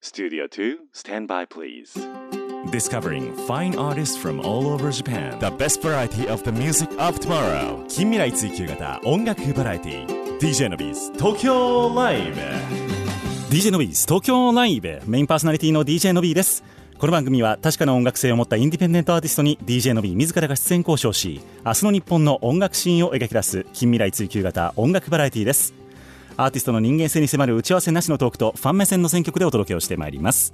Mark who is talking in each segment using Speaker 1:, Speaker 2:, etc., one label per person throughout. Speaker 1: Studio 2, stand by please.
Speaker 2: Discovering fine artists from all over Japan. The best variety of the music of tomorrow. 近未来追求型音楽バラエティ DJ のビーズ東京ライブ
Speaker 3: DJ のビーズ東京ライブメインパーソナリティの DJ のビーですこの番組は確かな音楽性を持ったインディペンデントアーティストに DJ のビー自らが出演交渉し明日の日本の音楽シーンを描き出す近未来追求型音楽バラエティですアーティストの人間性に迫る打ち合わせなしのトークとファン目線の選曲でお届けをしてまいります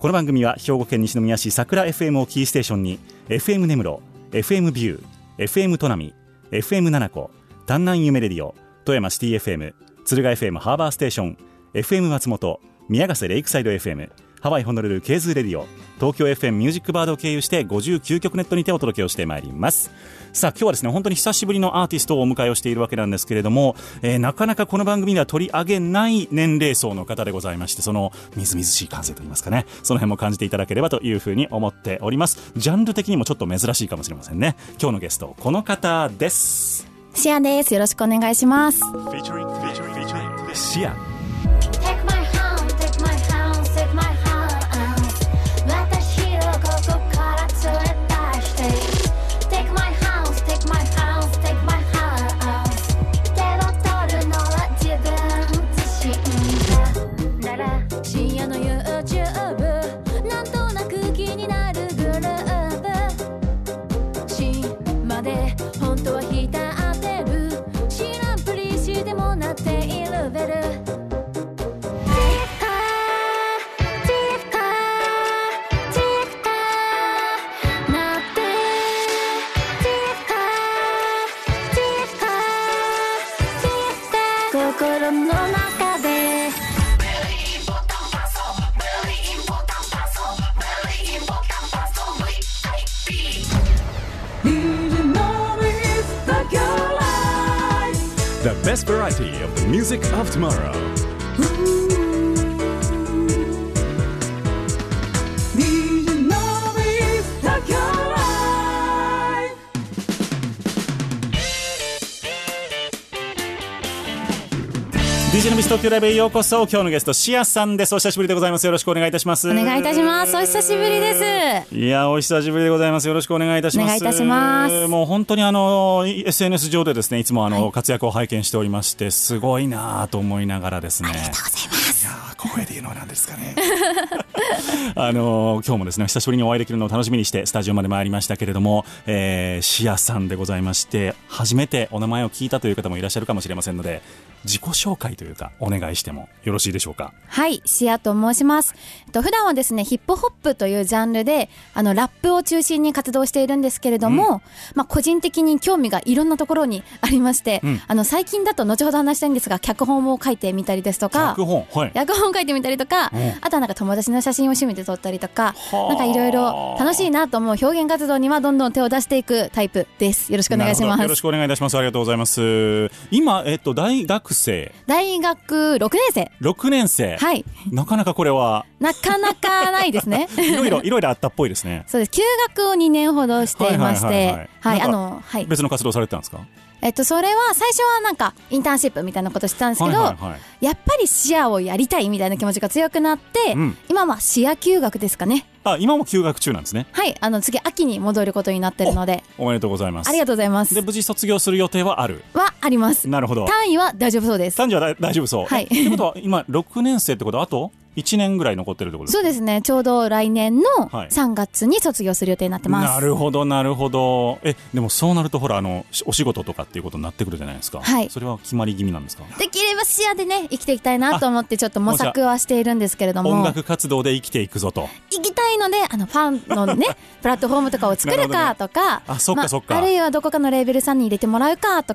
Speaker 3: この番組は兵庫県西宮市桜 FM をキーステーションに FM 根室 FM ビュー FM トナミ FM 七子丹南夢レディオ富山シティ FM 鶴ヶ FM ハーバーステーション FM 松本宮ヶ瀬レイクサイド FM ハワイホノルルケーズレディオ東京 FM ミュージックバードを経由して59曲ネットにてお届けをしてまいりますさあ今日はですね本当に久しぶりのアーティストをお迎えをしているわけなんですけれども、えーなかなかこの番組では取り上げない年齢層の方でございましてそのみずみずしい感性といいますかねその辺も感じていただければというふうに思っておりますジャンル的にもちょっと珍しいかもしれませんね今日のゲストこの方です
Speaker 4: シアです。よろしくお願いします。
Speaker 1: Featuring, featuring, featuring.
Speaker 2: シアン
Speaker 5: Take my hand, take my hand, take my hand. 私をここから連れ出して。Take my hand, take my hand, take my hand. 手を取るのは自分自身だ。ララ深夜の YouTube。なんとなく気になるグループ。島で本当は浸ってる知らんぷりしてもなっているベル心の中で
Speaker 2: The best variety of the music of tomorrow
Speaker 3: ディジェ DJ のミス東京ライブへようこそ今日のゲストシアさんですお久しぶりでございますよろしくお願いいたします
Speaker 4: お願いいたします。お久しぶりです。
Speaker 3: いやお久しぶりでございます。よろしくお願いいたします。
Speaker 4: お願いいたします
Speaker 3: もう本当にあの、い SNS 上でですね、いつもあの、活躍を拝見しておりまして、すごいなぁと思いながらですね。ありがとうございます。いやー小声で言うのはなんですかね。 あの今日もですね、久しぶりにお会いできるのを楽しみにして、スタジオまで参りましたけれども、えー、シアさんでございまして、初めてお名前を聞いたという方もいらっしゃるかもしれませんので、自己紹介というか、お願いしてもよろしいでしょうか。
Speaker 4: はい、シアと申します。えっと普段はですね、ヒップホップというジャンルで、あのラップを中心に活動しているんですけれども、まあ個人的に興味がいろんなところにありまして、あの最近だと後ほど話したいんですが、脚本を書いてみたりですとか、
Speaker 3: 脚本、はい。
Speaker 4: 脚本を書いてみたりとか、あとはなんか友達の写真を趣味で撮ったりとか、なんかいろいろ楽しいなと思う表現活動にはどんどん手を出していくタイプです。よろしくお願いし
Speaker 3: なるほ
Speaker 4: ま
Speaker 3: どよろし
Speaker 4: す。
Speaker 3: くお願いいたします。ありがとうございます。今、えっと、大学生、
Speaker 4: 大学6年生。
Speaker 3: 6年生。
Speaker 4: はい。
Speaker 3: なかなかこれは、
Speaker 4: なかなかないで すね。
Speaker 3: い ろいろ、いろいろあったっぽいですね。
Speaker 4: そうです。休学を2年ほどしていまし
Speaker 3: はいはいはい
Speaker 4: て、
Speaker 3: は
Speaker 4: はいい、
Speaker 3: な
Speaker 4: あ
Speaker 3: ん
Speaker 4: の、
Speaker 3: か
Speaker 4: はい。
Speaker 3: 別の活動されてたんですか
Speaker 4: えっと、それは最初はなんか、インターンシップみたいなことしてたんですけど、
Speaker 3: はいはいはい
Speaker 4: やっぱり視野をやりたいみたいな気持ちが強くなって、
Speaker 3: うん
Speaker 4: 今は視野休学ですかね。
Speaker 3: あ、今も休学中なんですね。
Speaker 4: はい、あの、次、秋に戻ることになってるので、
Speaker 3: おめでとうございます。
Speaker 4: ありがとうございます
Speaker 3: で、。無事卒業する予定はある。
Speaker 4: は、あります。
Speaker 3: なるほど。
Speaker 4: 単位は大丈夫そうです。
Speaker 3: 単純は大大丈夫そう。
Speaker 4: はい
Speaker 3: え ってことは、今、6年生ってことは、あと1年ぐらい残ってるってことですか
Speaker 4: そうですね、ちょうど来年の
Speaker 3: はい
Speaker 4: 3月に卒業する予定になってます。
Speaker 3: なるほど、なるほど。え、でもそうなると、ほら、あの、しお仕事とかっていうことになってくるじゃないですか。
Speaker 4: はい
Speaker 3: それは決まり気味なんですか
Speaker 4: できれば視野でね、生きていきたいなと思って、ちょっと模索はしているんですけれども。
Speaker 3: 音楽活動で生きていくぞと。
Speaker 4: 行きたいのであのファンの ねプラットフォームとかを作
Speaker 3: な
Speaker 4: る
Speaker 3: るほ
Speaker 4: かとか、
Speaker 3: あそっか
Speaker 4: ま
Speaker 3: そっか
Speaker 4: あるいはどこかのレーベルさんに入れてもらうかと
Speaker 3: あ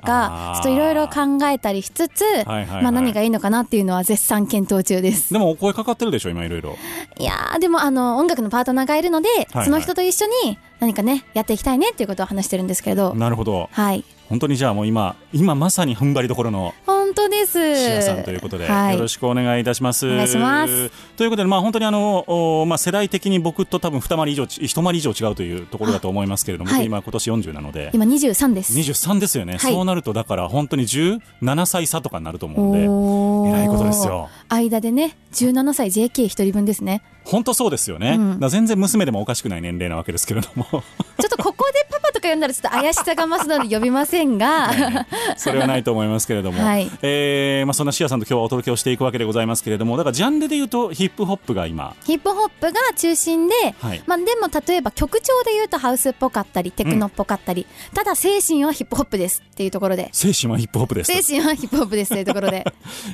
Speaker 3: ー
Speaker 4: かちょっといろいろ考えたりしつつ、
Speaker 3: はいはい
Speaker 4: まあ、何がいいのかなっていうのは絶賛検討中です
Speaker 3: でもお声かかってるでしょ今いろいろ
Speaker 4: いやーでもあの音楽のパートナーがいるので、
Speaker 3: はい
Speaker 4: その人と一緒に何かねやっていきたいねっていうことを話してるんですけれど
Speaker 3: なるほど
Speaker 4: はい
Speaker 3: 本当にじゃあもう今今まさに踏ん張りどころの
Speaker 4: 本当です
Speaker 3: シアさんということで、
Speaker 4: はい
Speaker 3: よろしくお願いいたします
Speaker 4: お願いします
Speaker 3: ということでまあ本当にあのおまあ世代的に僕と多分二回り以上ち一回り以上違うというところだと思いますけれども、
Speaker 4: はい
Speaker 3: 僕今今年40なので
Speaker 4: 今23です
Speaker 3: 23ですよね、
Speaker 4: はい
Speaker 3: そうなるとだから本当に17歳差とかになると思うんで
Speaker 4: おー
Speaker 3: 偉いことですよ
Speaker 4: 間でね17歳 JK 一人分ですね
Speaker 3: 本当そうですよね、
Speaker 4: うん
Speaker 3: だから全然娘でもおかしくない年齢なわけですけれども
Speaker 4: ちょっとここでパパとか呼んだらちょっと怪しさが増すので呼びませんが
Speaker 3: それはないと思いますけれども、
Speaker 4: はい
Speaker 3: えーまあ、そんなシアさんと今日はお届けをしていくわけでございますけれどもだからジャンルで言うとヒップホップが今
Speaker 4: ヒップホップが中心で、
Speaker 3: はい
Speaker 4: まあ、でも例えば曲調で言うとハウスっぽかったりテクノっぽかったり、ただ精神はヒップホップですっていうところで
Speaker 3: 精神はヒップホップです
Speaker 4: 精神はヒップホップですというとこ ろで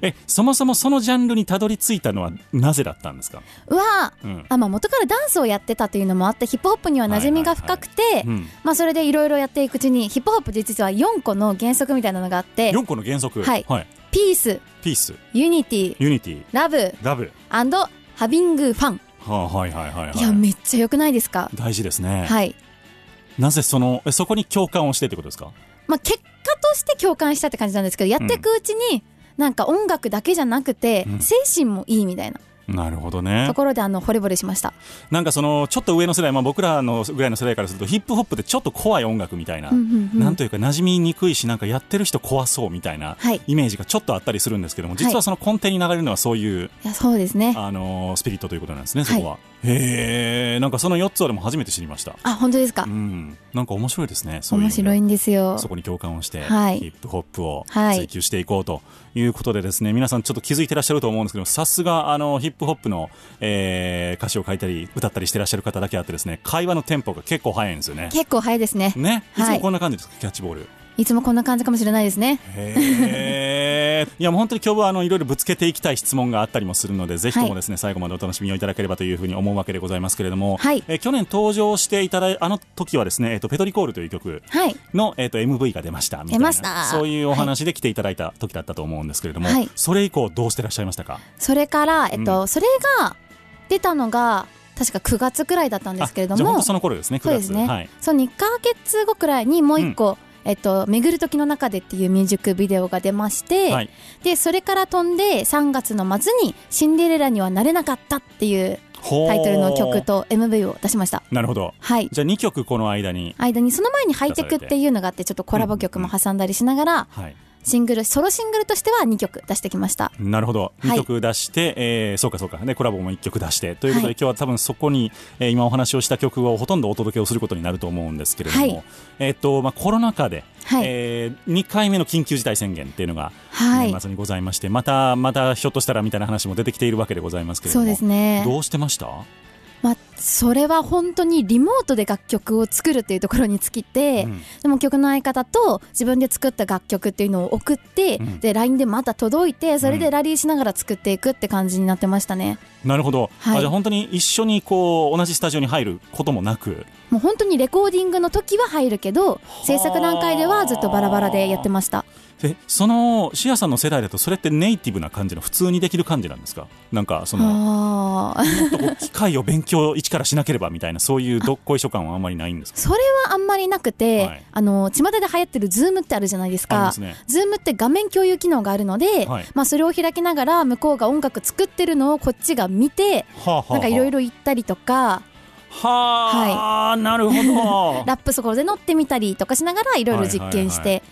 Speaker 3: えそもそもそのジャンルにたどり着いたのはなぜだったんですか、
Speaker 4: は、
Speaker 3: うん
Speaker 4: あまあ、元からダンスをやってたというのもあってヒップホップには馴染みが深くて、
Speaker 3: うん、
Speaker 4: まあ、それでいろいろやっていくうちにヒップホップって実は4個の原則みたいなのがあって
Speaker 3: 4個の原則、
Speaker 4: はいピース
Speaker 3: ピース
Speaker 4: ユニティ
Speaker 3: ユニティ
Speaker 4: ラブ
Speaker 3: ラブ、
Speaker 4: ハビングファン、
Speaker 3: はあ、はいはいはいはい
Speaker 4: い、やめっちゃ良くないですか
Speaker 3: 大事ですね、
Speaker 4: はい、
Speaker 3: なぜそのえそこに共感をしてってことですか
Speaker 4: まあ、結果として共感したって感じなんですけどやっていくうちに、なんか音楽だけじゃなくて、
Speaker 3: うん
Speaker 4: 精神もいいみたいな
Speaker 3: なるほどね
Speaker 4: ところであの惚れ惚れしました、
Speaker 3: なんかそのちょっと上の世代、まあ、僕らのぐらいの世代からするとヒップホップってちょっと怖い音楽みたいな、
Speaker 4: うんうんうん
Speaker 3: なんというか馴染みにくいしなんかやってる人怖そうみたいな
Speaker 4: はい
Speaker 3: イメージがちょっとあったりするんですけども
Speaker 4: はい
Speaker 3: 実はその根底に流れるのはそういう、
Speaker 4: いやそうですね
Speaker 3: あのースピリットということなんですねそこは、へえんかその4つはでも初めて知りました
Speaker 4: あ本当ですか、
Speaker 3: うんなんか面白いですねそういう意
Speaker 4: 面
Speaker 3: 味で
Speaker 4: 白いんですよ
Speaker 3: そこに共感をして、
Speaker 4: はい
Speaker 3: ヒップホップを
Speaker 4: はい
Speaker 3: 追求していこうということでですね、皆さんちょっと気づいてらっしゃると思うんですけどさすがあのヒップホップの、えー歌詞を書いたり歌ったりしてらっしゃる方だけあってですね会話のテンポが結構早いんですよね。
Speaker 4: 結構早いですね
Speaker 3: ね、いつ
Speaker 4: は
Speaker 3: も
Speaker 4: い
Speaker 3: こんな感じですか、キャッチボール。
Speaker 4: いつもこんな感じかもしれないですね
Speaker 3: へーいやもう本当に今日はあのいろいろぶつけていきたい質問があったりもするのでぜひともですね、最後までお楽しみをいただければというふうに思うわけでございますけれども、
Speaker 4: はい
Speaker 3: えー去年登場していただいあの時はですね、えっとペトリコールという曲
Speaker 4: はい
Speaker 3: の、えー、と MV が出ましたみたいな
Speaker 4: 出ました
Speaker 3: そういうお話で来ていただいた時だったと思うんですけれども、
Speaker 4: はい
Speaker 3: それ以降どうしてらっしゃいましたか
Speaker 4: それから、えっと
Speaker 3: う
Speaker 4: それが出たのが確か9月くらいだったんですけれど
Speaker 3: あじゃあ本
Speaker 4: も
Speaker 3: 当その頃ですね9月
Speaker 4: そうですね、
Speaker 3: はい、
Speaker 4: そう2ヶ月後くらいにもう一個、えっと「巡る時の中で」っていうミュージックビデオが出まして、
Speaker 3: はい
Speaker 4: でそれから飛んで3月の末に「シンデレラにはなれなかった」っていう
Speaker 3: ほー
Speaker 4: タイトルの曲と MV を出しました
Speaker 3: なるほど
Speaker 4: はい
Speaker 3: じゃあ2曲この間に、
Speaker 4: 間にその前に「ハイテク」っていうのがあってちょっとコラボ曲も挟んだりしながら
Speaker 3: はい、
Speaker 4: シングルソロシングルとしては2曲出してきました
Speaker 3: なるほど
Speaker 4: い
Speaker 3: 2曲出して、えーそうかそうかでコラボも1曲出してということで、
Speaker 4: はい
Speaker 3: 今日は多分そこに、えー今お話をした曲をほとんどお届けをすることになると思うんですけれども、
Speaker 4: はい
Speaker 3: えっとまあ、コロナ禍で、
Speaker 4: はい
Speaker 3: え2回目の緊急事態宣言っていうのが
Speaker 4: はい
Speaker 3: 年末にございまして、またまたひょっとしたらみたいな話も出てきているわけでございますけれど
Speaker 4: そ
Speaker 3: も
Speaker 4: うですね
Speaker 3: どうしてました、
Speaker 4: まあ、それは本当にリモートで楽曲を作るというところに尽きて、
Speaker 3: うん
Speaker 4: でも曲の相方と自分で作った楽曲っていうのを送って、
Speaker 3: うん
Speaker 4: で LINE でまた届いてそれ
Speaker 3: う
Speaker 4: で
Speaker 3: ん
Speaker 4: ラリーしながら作っていくって感じになってましたね、
Speaker 3: なるほど、
Speaker 4: はい
Speaker 3: あじゃあ本当に一緒にこう同じスタジオに入ることもなく
Speaker 4: もう本当にレコーディングの時は入るけど制作段階ではずっとバラバラでやってました
Speaker 3: でそのシアさんの世代だとそれってネイティブな感じの普通にできる感じなんですかなんかその
Speaker 4: あ ー
Speaker 3: ちょっとこう機械を勉強一からしなければみたいなそういうどっこい所感はあんまりないんですか
Speaker 4: それはあんまりなくて、
Speaker 3: はい
Speaker 4: あの巷で流行ってる Zoom ってあるじゃないです
Speaker 3: あり
Speaker 4: か
Speaker 3: ますね
Speaker 4: Zoom って画面共有機能があるので、
Speaker 3: はい
Speaker 4: まあ、それを開きながら向こうが音楽作ってるのをこっちが見て
Speaker 3: はあはあはあ
Speaker 4: なんかいろいろ言ったりとか
Speaker 3: はあ、なるほど
Speaker 4: ラップそこで乗ってみたりとかしながらいろいろ実験して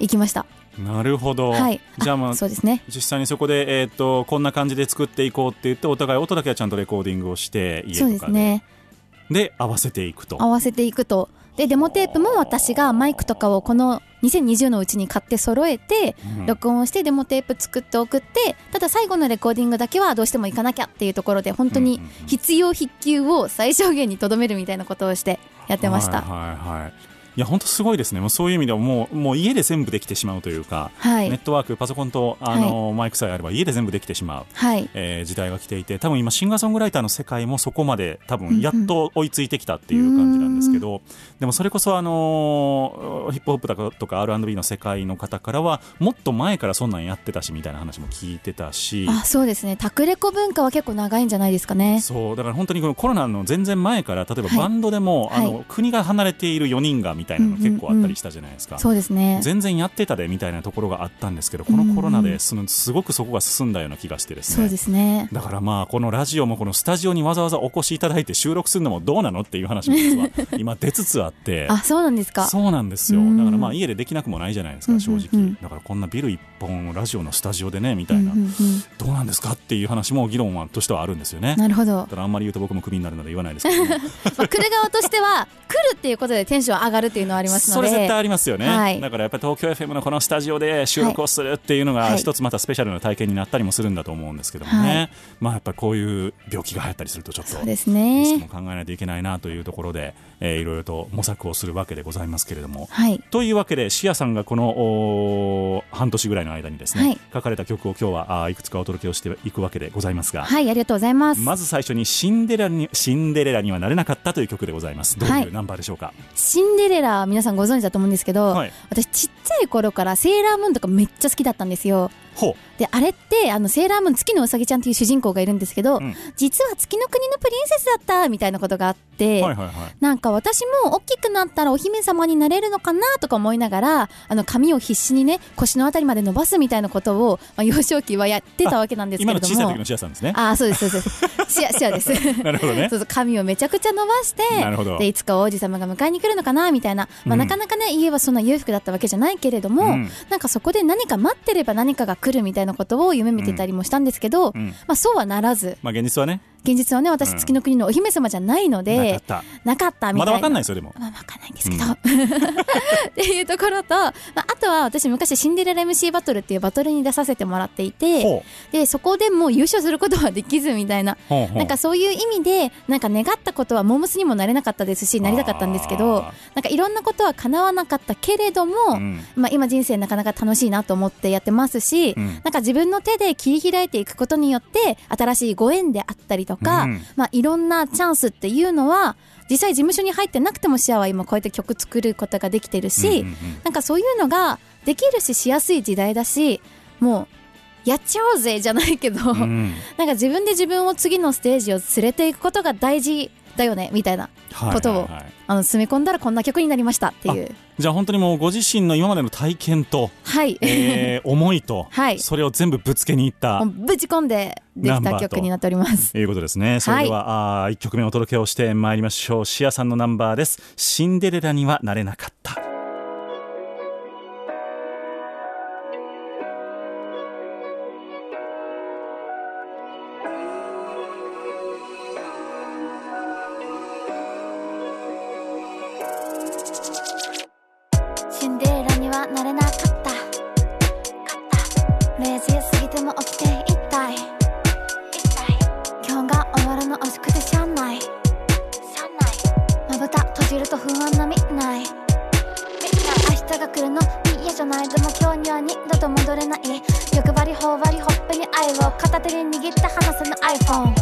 Speaker 4: いきました、
Speaker 3: なるほど、
Speaker 4: はい
Speaker 3: じゃあまあ
Speaker 4: そうですね
Speaker 3: 実際にそこで、えー、とこんな感じで作っていこうって言ってお互い音だけはちゃんとレコーディングをして家と
Speaker 4: そ
Speaker 3: か
Speaker 4: う
Speaker 3: で
Speaker 4: ですね
Speaker 3: で合わせていくと
Speaker 4: 合わせていくとでデモテープも私がマイクとかをこの2020のうちに買って揃えて
Speaker 3: うん
Speaker 4: 録音してデモテープ作って送ってただ最後のレコーディングだけはどうしても行かなきゃっていうところで本当
Speaker 3: うん
Speaker 4: に
Speaker 3: うんうん
Speaker 4: 必要必給を最小限にとどめるみたいなことをしてやってました
Speaker 3: はいはいはいいや本当すごいですねもうそういう意味ではもうもう家で全部できてしまうというか、
Speaker 4: はい
Speaker 3: ネットワークパソコンとあの、マイクさえあれば家で全部できてしまう、
Speaker 4: はい
Speaker 3: えー時代が来ていて多分今シンガーソングライターの世界もそこまで多分やっと追いついてきたっていう感じなんですけど、でもそれこそ、あのーヒップホップだかとか R&B の世界の方からはもっと前からそんなんやってたしみたいな話も聞いてたし。
Speaker 4: あそうですねタクレコ文化は結構長いんじゃないですかね
Speaker 3: そうだから本当にこのコロナの全然前から例えば
Speaker 4: はい
Speaker 3: バンドでも、あ
Speaker 4: は
Speaker 3: の国が離れている4人がみたいなの結構あったりしたじゃないですか、
Speaker 4: そうですね
Speaker 3: 全然やってたでみたいなところがあったんですけどこのコロナでそのすごくそこが進んだような気がしてです
Speaker 4: そう
Speaker 3: ね
Speaker 4: ですね
Speaker 3: だからまあこのラジオもこのスタジオにわざわざお越しいただいて収録するのもどうなのっていう話も実は今出つつあって
Speaker 4: あそうなんですか
Speaker 3: そうなんですよ
Speaker 4: うん
Speaker 3: だからまあ家でできなくもないじゃないですか
Speaker 4: うん
Speaker 3: 正
Speaker 4: うんう
Speaker 3: 直
Speaker 4: ん
Speaker 3: だからこんなビル一本をラジオのスタジオでねみたいな
Speaker 4: うんうんうん
Speaker 3: どうなんなんですかっていう話も議論はとしてはあるんですよね。
Speaker 4: なるほど
Speaker 3: ただあんまり言うと僕もクビになるので言わないですけども
Speaker 4: まあ来る側としては来るっていうことでテンション上がるっていうのはあります
Speaker 3: そ
Speaker 4: ので
Speaker 3: れ絶対 ありますよね、
Speaker 4: はい
Speaker 3: だからやっぱり東京 FM のこのスタジオで収録をするっていうの
Speaker 4: は
Speaker 3: が
Speaker 4: い
Speaker 3: 一つまたスペシャルな体験になったりもするんだと思うんですけどもね、
Speaker 4: は
Speaker 3: まあやっぱりこういう病気が流行ったりするとちょっと
Speaker 4: そうです
Speaker 3: リスクも
Speaker 4: ね
Speaker 3: 考えないといけないなというところで、えーいろいろと模索をするわけでございますけれども。
Speaker 4: はい
Speaker 3: というわけで、シアさんがこのおー半年ぐらいの間にですね、
Speaker 4: はい
Speaker 3: 書かれた曲を今日はあーいくつかお届けをしていくわけでございますが、
Speaker 4: はいありがとうございます、
Speaker 3: まず最初にシンデレラにシンデレラにはなれなかったという曲でございます。どう
Speaker 4: はいいう
Speaker 3: ナンバーでしょうか。
Speaker 4: シンデレラ皆さんご存知だと思うんですけど、
Speaker 3: はい
Speaker 4: 私ちっちゃい頃からセーラームーンとかめっちゃ好きだったんですよ
Speaker 3: ほう。
Speaker 4: であれってあのセーラームーン月のうさぎちゃんっていう主人公がいるんですけど、
Speaker 3: うん
Speaker 4: 実は月の国のプリンセスだったみたいなことがあって、
Speaker 3: はいはいはい。
Speaker 4: なんか私も大きくなったらお姫様になれるのかなとか思いながらあの髪を必死にね腰のあたりまで伸ばすみたいなことを、まあ、幼少期はやってたわけなんですけ
Speaker 3: 今の
Speaker 4: れども
Speaker 3: 小さい時のシアさんですね。
Speaker 4: ああそうですそうですそうですシアシアです
Speaker 3: なるほどね
Speaker 4: そうそう髪をめちゃくちゃ伸ばして
Speaker 3: なるほど
Speaker 4: でいつか王子様が迎えに来るのかなみたいな、まあ
Speaker 3: うん
Speaker 4: なかなかね家はそんな裕福だったわけじゃないけれども、
Speaker 3: うん
Speaker 4: なんかそこで何か待ってれば何かが来るみたいなことを夢見てたりもしたんですけど、
Speaker 3: うんうん
Speaker 4: まあ、そうはならず
Speaker 3: まあ現実はね、
Speaker 4: 現実はね私
Speaker 3: うん
Speaker 4: 月の国のお姫様じゃないので、
Speaker 3: なかっ
Speaker 4: なかった
Speaker 3: た。
Speaker 4: みた
Speaker 3: まだ
Speaker 4: いな
Speaker 3: わかんないですよでも。
Speaker 4: まあ、わかんないんですけど、っていうところと、まあ、あとは私昔シンデレラ MC バトルっていうバトルに出させてもらっていて
Speaker 3: ほ
Speaker 4: でそこでもう優勝することはできずみたいな
Speaker 3: う。ほうほう
Speaker 4: なんかそういう意味でなんか願ったことはモームスにもなれなかったですしなりたかったんですけど
Speaker 3: あ
Speaker 4: なんかいろんなことは叶わなかったけれども、
Speaker 3: うん
Speaker 4: まあ、今人生なかなか楽しいなと思ってやってますし、
Speaker 3: うん
Speaker 4: なんか自分の手で切り開いていくことによって新しいご縁であったりとか、
Speaker 3: うん
Speaker 4: まあ、いろんなチャンスっていうのは実際事務所に入ってなくてもシアは今こうやって曲作ることができてるし、
Speaker 3: うんうんうん
Speaker 4: なんかそういうのができるししやすい時代だしもうやっちゃおうぜじゃないけど、
Speaker 3: うん
Speaker 4: なんか自分で自分を次のステージを連れていくことが大事だよねみたいな
Speaker 3: はい
Speaker 4: ことを
Speaker 3: はいはい
Speaker 4: あの詰め込んだらこんな曲になりましたっていう
Speaker 3: じゃあ本当にもうご自身の今までの体験 と、
Speaker 4: はい、
Speaker 3: えー思いと、
Speaker 4: はい
Speaker 3: それを全部ぶつけにいった
Speaker 4: もうぶち込んでできた曲になっております。
Speaker 3: ということですね。それでは、あ1曲目お届けをしてまいりましょう。シアさんのナンバーです。シンデレラにはなれなかった。
Speaker 5: シンデレラにはなれなかった0時過ぎても起きて一体今日が終わるの惜しくてしゃんないまぶた閉じると不安なみない明日が来るの嫌じゃないでも今日には二度と戻れない欲張り頬張りほっぺに愛を片手に握って離せぬ iPhone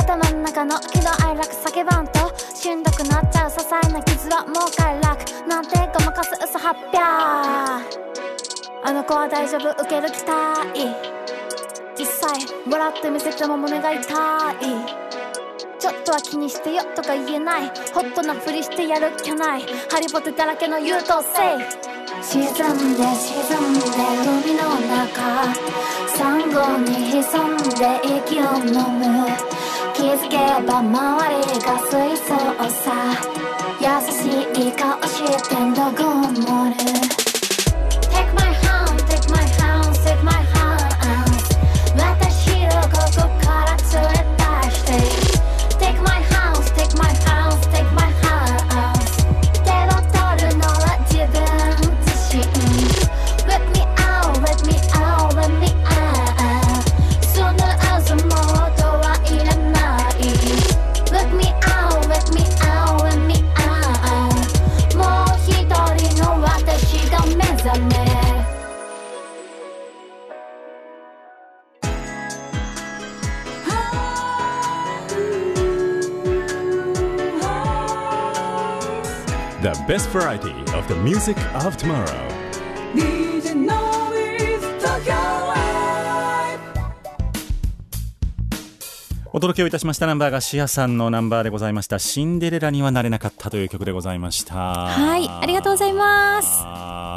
Speaker 5: 頭の中の喜怒哀楽叫ばんとしんどくなっちゃう些細な傷はもう快楽なんてごまかす嘘八百あの子は大丈夫受ける期待実際笑ってみせても胸が痛いちょっとは気にしてよとか言えないホットなふりしてやるっきゃないハリボテだらけの優等生沈んで沈んで海の中サンゴに潜んで息を飲む気づけば周りが水槽さ優しい顔してどこを盛る Take my hand, take my hand, take my hand 私をここから連れ出して Take my hand, take my hand, take my hand 手を取るのは自分自身 Let me out, let me out, let me out そのあずもとはいらない Let me out, let me out, let me out もう一人の私が目覚める
Speaker 2: The best variety of the music of tomorrow.
Speaker 6: DJ Noise Tokyo Live
Speaker 3: お届けをいたしましたナンバーがシアさんのナンバーでございました。シンデレラにはなれなかったという曲でございました。。
Speaker 4: はいありがとうございま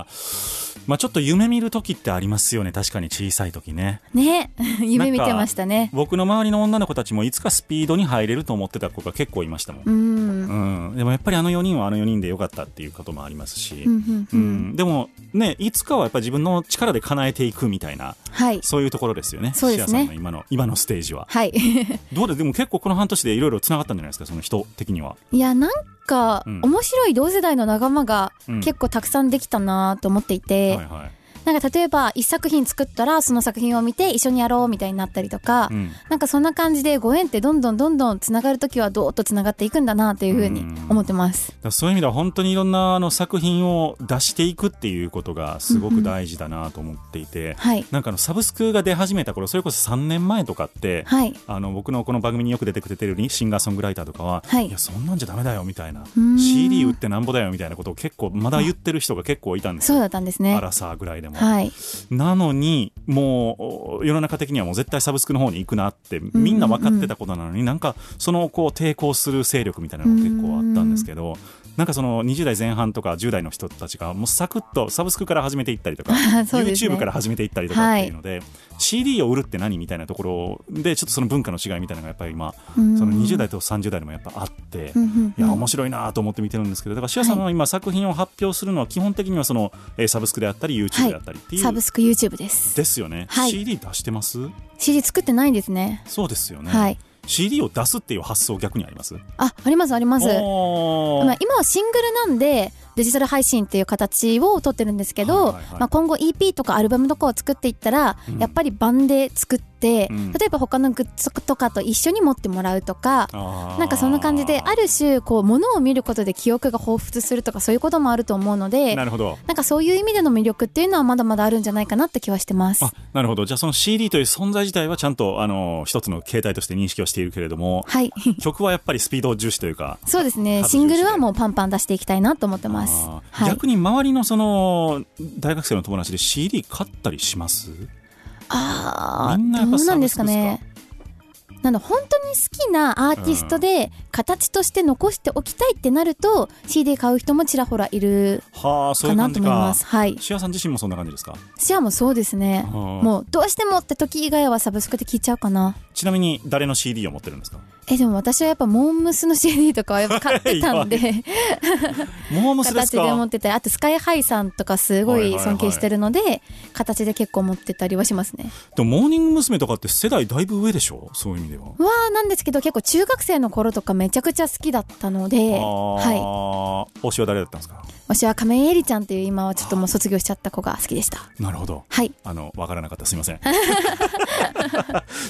Speaker 4: す
Speaker 3: まあ、ちょっと夢見る時ってありますよね確かに小さい時ね
Speaker 4: ね夢見てました
Speaker 3: なん
Speaker 4: ね
Speaker 3: か僕の周りの女の子たちもいつかスピードに入れると思ってた子が結構いましたもん、
Speaker 4: うん
Speaker 3: うん、でもやっぱりあの4人はあの4人でよかったっていうこともありますし、
Speaker 4: うんうん
Speaker 3: う
Speaker 4: うんん
Speaker 3: でもねいつかはやっぱ自分の力で叶えていくみたいな
Speaker 4: はい
Speaker 3: そういうところですよね
Speaker 4: そうですね
Speaker 3: シアさんの今の今のステージは
Speaker 4: はい
Speaker 3: どうででも結構この半年でいろいろつながったんじゃないですかその人的にはい
Speaker 4: やなんか
Speaker 3: うん
Speaker 4: 面白い同世代の仲間が
Speaker 3: うん
Speaker 4: 結構たくさんできたなと思っていて、
Speaker 3: はいはい
Speaker 4: なんか例えば一作品作ったらその作品を見て一緒にやろうみたいになったりとか、
Speaker 3: うん
Speaker 4: なんかそんな感じでご縁ってどんどんどんどんつながるときはどーっとつながっていくんだなっていうふうに思ってます
Speaker 3: だ。からそういう意味では本当にいろんなあの作品を出していくっていうことがすごく大事だなと思っていて、
Speaker 4: はい
Speaker 3: なんかあのサブスクが出始めた頃それこそ3年前とかって、
Speaker 4: はい
Speaker 3: あの僕のこの番組によく出てくれてるシンガーソングライターとかは、
Speaker 4: はい
Speaker 3: い、やそんなんじゃダメだよみたいな
Speaker 4: ーん
Speaker 3: CD 売ってなんぼだよみたいなことを結構まだ言ってる人が結構いたんです
Speaker 4: そう
Speaker 3: よ、
Speaker 4: だったんですね
Speaker 3: ア。ラサーぐらいでも。
Speaker 4: はい
Speaker 3: なのにもうお世の中的にはもう絶対サブスクの方に行くなってみんな分かってたことなのに、なんかそのこう抵抗する勢力みたいなのが結構あったんですけど、なんかその20代前半とか10代の人たちがもうサクッとサブスクから始めていったりとか、
Speaker 4: そうですね
Speaker 3: YouTube から始めていったりとかっていうので、CD を売るって何みたいなところでちょっとその文化の違いみたいなのがやっぱり今そ
Speaker 4: うん
Speaker 3: の20代と30代でもやっぱあって。
Speaker 4: うんうん
Speaker 3: いや面白いなと思って見てるんですけどだからシアさんは今作品を発表するのは基本的にはその、えーサブスクであったり YouTube であったりっていう、
Speaker 4: サブスク YouTube です。
Speaker 3: ですよね、
Speaker 4: はい
Speaker 3: CD 出してます
Speaker 4: CD 作ってないんですね。
Speaker 3: そうですよね、
Speaker 4: はい
Speaker 3: CD を出すっていう発想逆にあります
Speaker 4: あありますあります。
Speaker 3: おー
Speaker 4: まあ、今はシングルなんでデジタル配信っていう形を取ってるんですけど、
Speaker 3: はいはいはい
Speaker 4: まあ、今後 EP とかアルバムとかを作っていったら、
Speaker 3: うん
Speaker 4: やっぱり版で作って、
Speaker 3: うん
Speaker 4: 例えば他のグッズとかと一緒に持ってもらうとか。
Speaker 3: あー
Speaker 4: なんかそんな感じである種こう物を見ることで記憶が彷彿するとかそういうこともあると思うので
Speaker 3: なるほど
Speaker 4: なんかそういう意味での魅力っていうのはまだまだあるんじゃないかなって気はしてます
Speaker 3: あなるほどじゃあその CD という存在自体はちゃんとあの一つの形態として認識をしているけれども
Speaker 4: はい
Speaker 3: 曲はやっぱりスピード重視というか
Speaker 4: そうですね
Speaker 3: 数重視
Speaker 4: シングルはもうパンパン出していきたいなと思ってます
Speaker 3: あー、
Speaker 4: はい、
Speaker 3: 逆に周りのその大学生の友達で CD 買ったりします
Speaker 4: あ
Speaker 3: みんなや
Speaker 4: あ
Speaker 3: っ
Speaker 4: ど
Speaker 3: ぱ
Speaker 4: う
Speaker 3: サ
Speaker 4: なん
Speaker 3: ブ
Speaker 4: で
Speaker 3: ス
Speaker 4: す
Speaker 3: ク
Speaker 4: か
Speaker 3: ですか
Speaker 4: ねなんだ本当に好きなアーティストで形として残しておきたいってなると CD 買う人もちらほらいる
Speaker 3: はあそうい
Speaker 4: か
Speaker 3: う感
Speaker 4: なと
Speaker 3: じ
Speaker 4: 思い
Speaker 3: か
Speaker 4: ますはい
Speaker 3: シアさん自身もそんな感じですか
Speaker 4: シアもそうですね
Speaker 3: あー
Speaker 4: もうどうしてもって時以外はサブスクで聞いちゃうかな
Speaker 3: ちなみに誰の CD を持ってるんですか
Speaker 4: えでも私はやっぱモームスの CD とかはやっぱ買ってた んで
Speaker 3: モームスです
Speaker 4: 形
Speaker 3: か
Speaker 4: で持ってたりあとスカイハイさんとかすごい尊敬してるので、形で結構持ってたりはしますね
Speaker 3: でもモーニング娘。とかって世代だいぶ上でしょそういう意味では。
Speaker 4: わあなんですけど結構中学生の頃とかめちゃくちゃ好きだったのではい
Speaker 3: い。推しは誰だったんですか
Speaker 4: 私は亀井絵里ちゃんっていう今はちょっともう卒業しちゃった子が好きでした
Speaker 3: なるほど。
Speaker 4: はい
Speaker 3: あの、わからなかった。すいません。